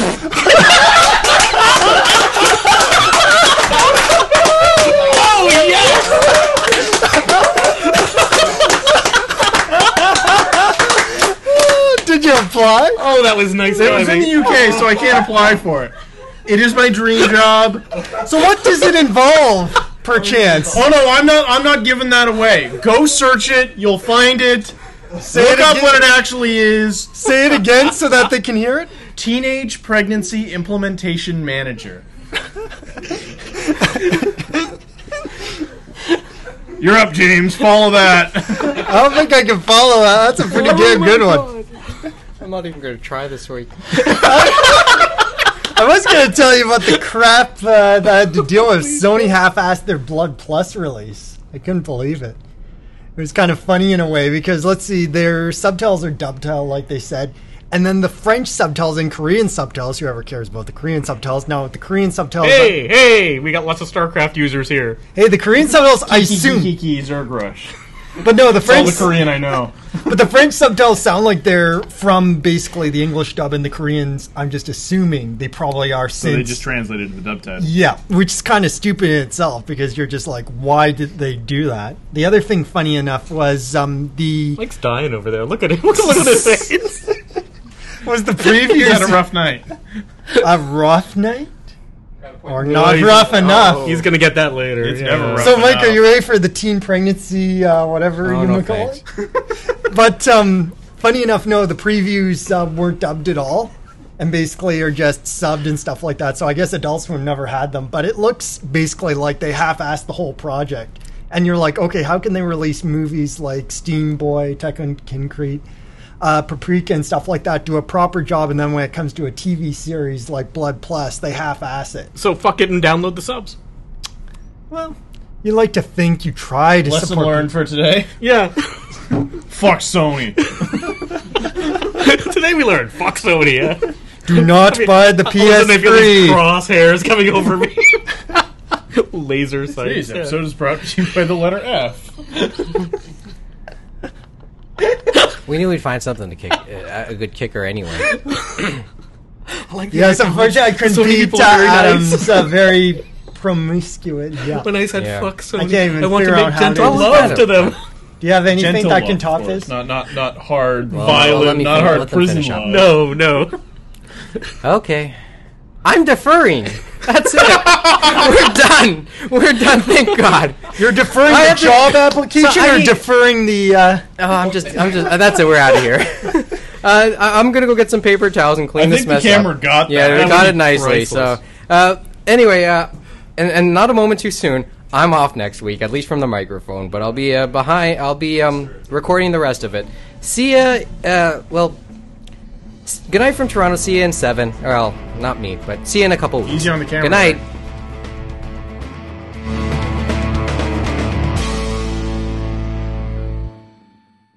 Speaker 6: Oh, Did you apply?
Speaker 3: Oh, that was nice.
Speaker 4: It was in the UK, so I can't apply for it. It is my dream job.
Speaker 6: So what does it involve, perchance?
Speaker 4: Oh no, I'm not. I'm not giving that away. Go search it. You'll find it. Look
Speaker 6: it
Speaker 4: up
Speaker 6: again.
Speaker 4: what it actually is.
Speaker 6: Say it again so that they can hear it.
Speaker 4: Teenage pregnancy implementation manager. You're up, James. Follow that.
Speaker 6: I don't think I can follow that. That's a
Speaker 4: Oh
Speaker 6: pretty damn good one.
Speaker 1: I'm not even going to try this week.
Speaker 6: I was going to tell you about the crap uh, that I had to deal with. Sony half-assed their Blood Plus release. I couldn't believe it. It was kind of funny in a way because let's see, their subtitles are dubtail, like they said, and then the French subtitles and Korean subtitles. Whoever cares about the Korean subtitles now? With the Korean subtitles,
Speaker 3: Hey, hey, we got lots of StarCraft users here.
Speaker 6: hey, the Korean subtitles, I assume,
Speaker 4: Kiki Zergrush.
Speaker 6: but no, the
Speaker 4: All
Speaker 6: French.
Speaker 4: the Korean I know.
Speaker 6: But the French subtitles sound like they're from basically the English dub, and the Koreans, I'm just assuming they probably are since.
Speaker 4: translated the dub title.
Speaker 6: yeah, which is kind of stupid in itself because you're just like, why did they do that? The other thing, funny enough, was um the
Speaker 3: Mike's dying over there. Look at him. Look, look at his face.
Speaker 6: was the
Speaker 4: You had a
Speaker 6: previews
Speaker 4: rough night.
Speaker 6: a rough night or not rough enough.
Speaker 3: He's gonna get that later.
Speaker 4: It's never rough.
Speaker 6: So, Mike,
Speaker 4: enough.
Speaker 6: are you ready for the teen pregnancy, uh, whatever
Speaker 1: Oh,
Speaker 6: you
Speaker 1: no
Speaker 6: want to call it? but um, funny enough, no, the previews uh, weren't dubbed at all, and basically are just subbed and stuff like that. So I guess Adult Swim never had them, but it looks basically like they half-assed the whole project. And you're like, okay, how can they release movies like Steam Boy, Tekken Concrete, uh, Paprika, and stuff like that do a proper job, and then when it comes to a TV series like Blood Plus, they half-ass it.
Speaker 3: So fuck it and download the subs.
Speaker 6: Well, you like to think you try to
Speaker 4: Lesson
Speaker 6: support.
Speaker 4: learned for today.
Speaker 3: Yeah.
Speaker 4: Fuck Sony.
Speaker 3: Today we learned fuck Sony. Yeah.
Speaker 6: Do not buy the
Speaker 3: All of a sudden I feel these
Speaker 6: PS3.
Speaker 3: crosshairs coming over me. laser sights.
Speaker 4: Today's
Speaker 3: Yeah.
Speaker 4: episode is brought to you by the letter F.
Speaker 1: We knew we'd find something to kick, uh, a good kicker anyway.
Speaker 6: Yes, unfortunately, I couldn't
Speaker 3: So many
Speaker 6: beat
Speaker 3: people
Speaker 6: uh,
Speaker 3: are very
Speaker 6: Adam's
Speaker 3: nice.
Speaker 6: uh, very promiscuous. Yeah.
Speaker 3: When I said
Speaker 1: Yeah.
Speaker 3: fuck, so
Speaker 6: I
Speaker 3: I,
Speaker 6: can't even
Speaker 3: want to
Speaker 6: figure out
Speaker 3: make
Speaker 6: how
Speaker 3: gentle
Speaker 6: to
Speaker 1: do
Speaker 3: love
Speaker 1: that.
Speaker 3: to them.
Speaker 6: Do you have anything
Speaker 4: Gentle
Speaker 6: that
Speaker 4: law,
Speaker 6: can
Speaker 4: of
Speaker 6: top
Speaker 4: course.
Speaker 6: this?
Speaker 4: Not not not hard,
Speaker 1: Well,
Speaker 4: violent,
Speaker 1: let me
Speaker 4: not
Speaker 1: finish-
Speaker 4: hard
Speaker 1: let them
Speaker 4: prison
Speaker 1: finish up.
Speaker 4: law.
Speaker 3: No, no.
Speaker 1: Okay. I'm deferring. That's it. We're done. We're done. Thank God.
Speaker 6: You're deferring
Speaker 1: I
Speaker 6: the
Speaker 1: have to-
Speaker 6: job application
Speaker 1: So I
Speaker 6: or
Speaker 1: need-
Speaker 6: deferring the. Uh,
Speaker 1: Oh, I'm just. I'm just. uh, That's it. We're out of here. Uh, I- I'm gonna go get some paper towels and clean
Speaker 4: I
Speaker 1: this
Speaker 4: think the
Speaker 1: mess
Speaker 4: camera
Speaker 1: up.
Speaker 4: got
Speaker 1: yeah,
Speaker 4: that.
Speaker 1: we
Speaker 4: That
Speaker 1: got
Speaker 4: would
Speaker 1: it
Speaker 4: be
Speaker 1: nicely. So,
Speaker 4: priceless.
Speaker 1: uh, anyway, uh, and, and not a moment too soon. I'm off next week, at least from the microphone. But I'll be uh, behind. I'll be um, recording the rest of it. See ya. Uh, well, s- good night from Toronto. See ya in seven. Well, not me, but see ya in a couple weeks.
Speaker 4: Easy on the camera,
Speaker 1: Good night.
Speaker 4: right?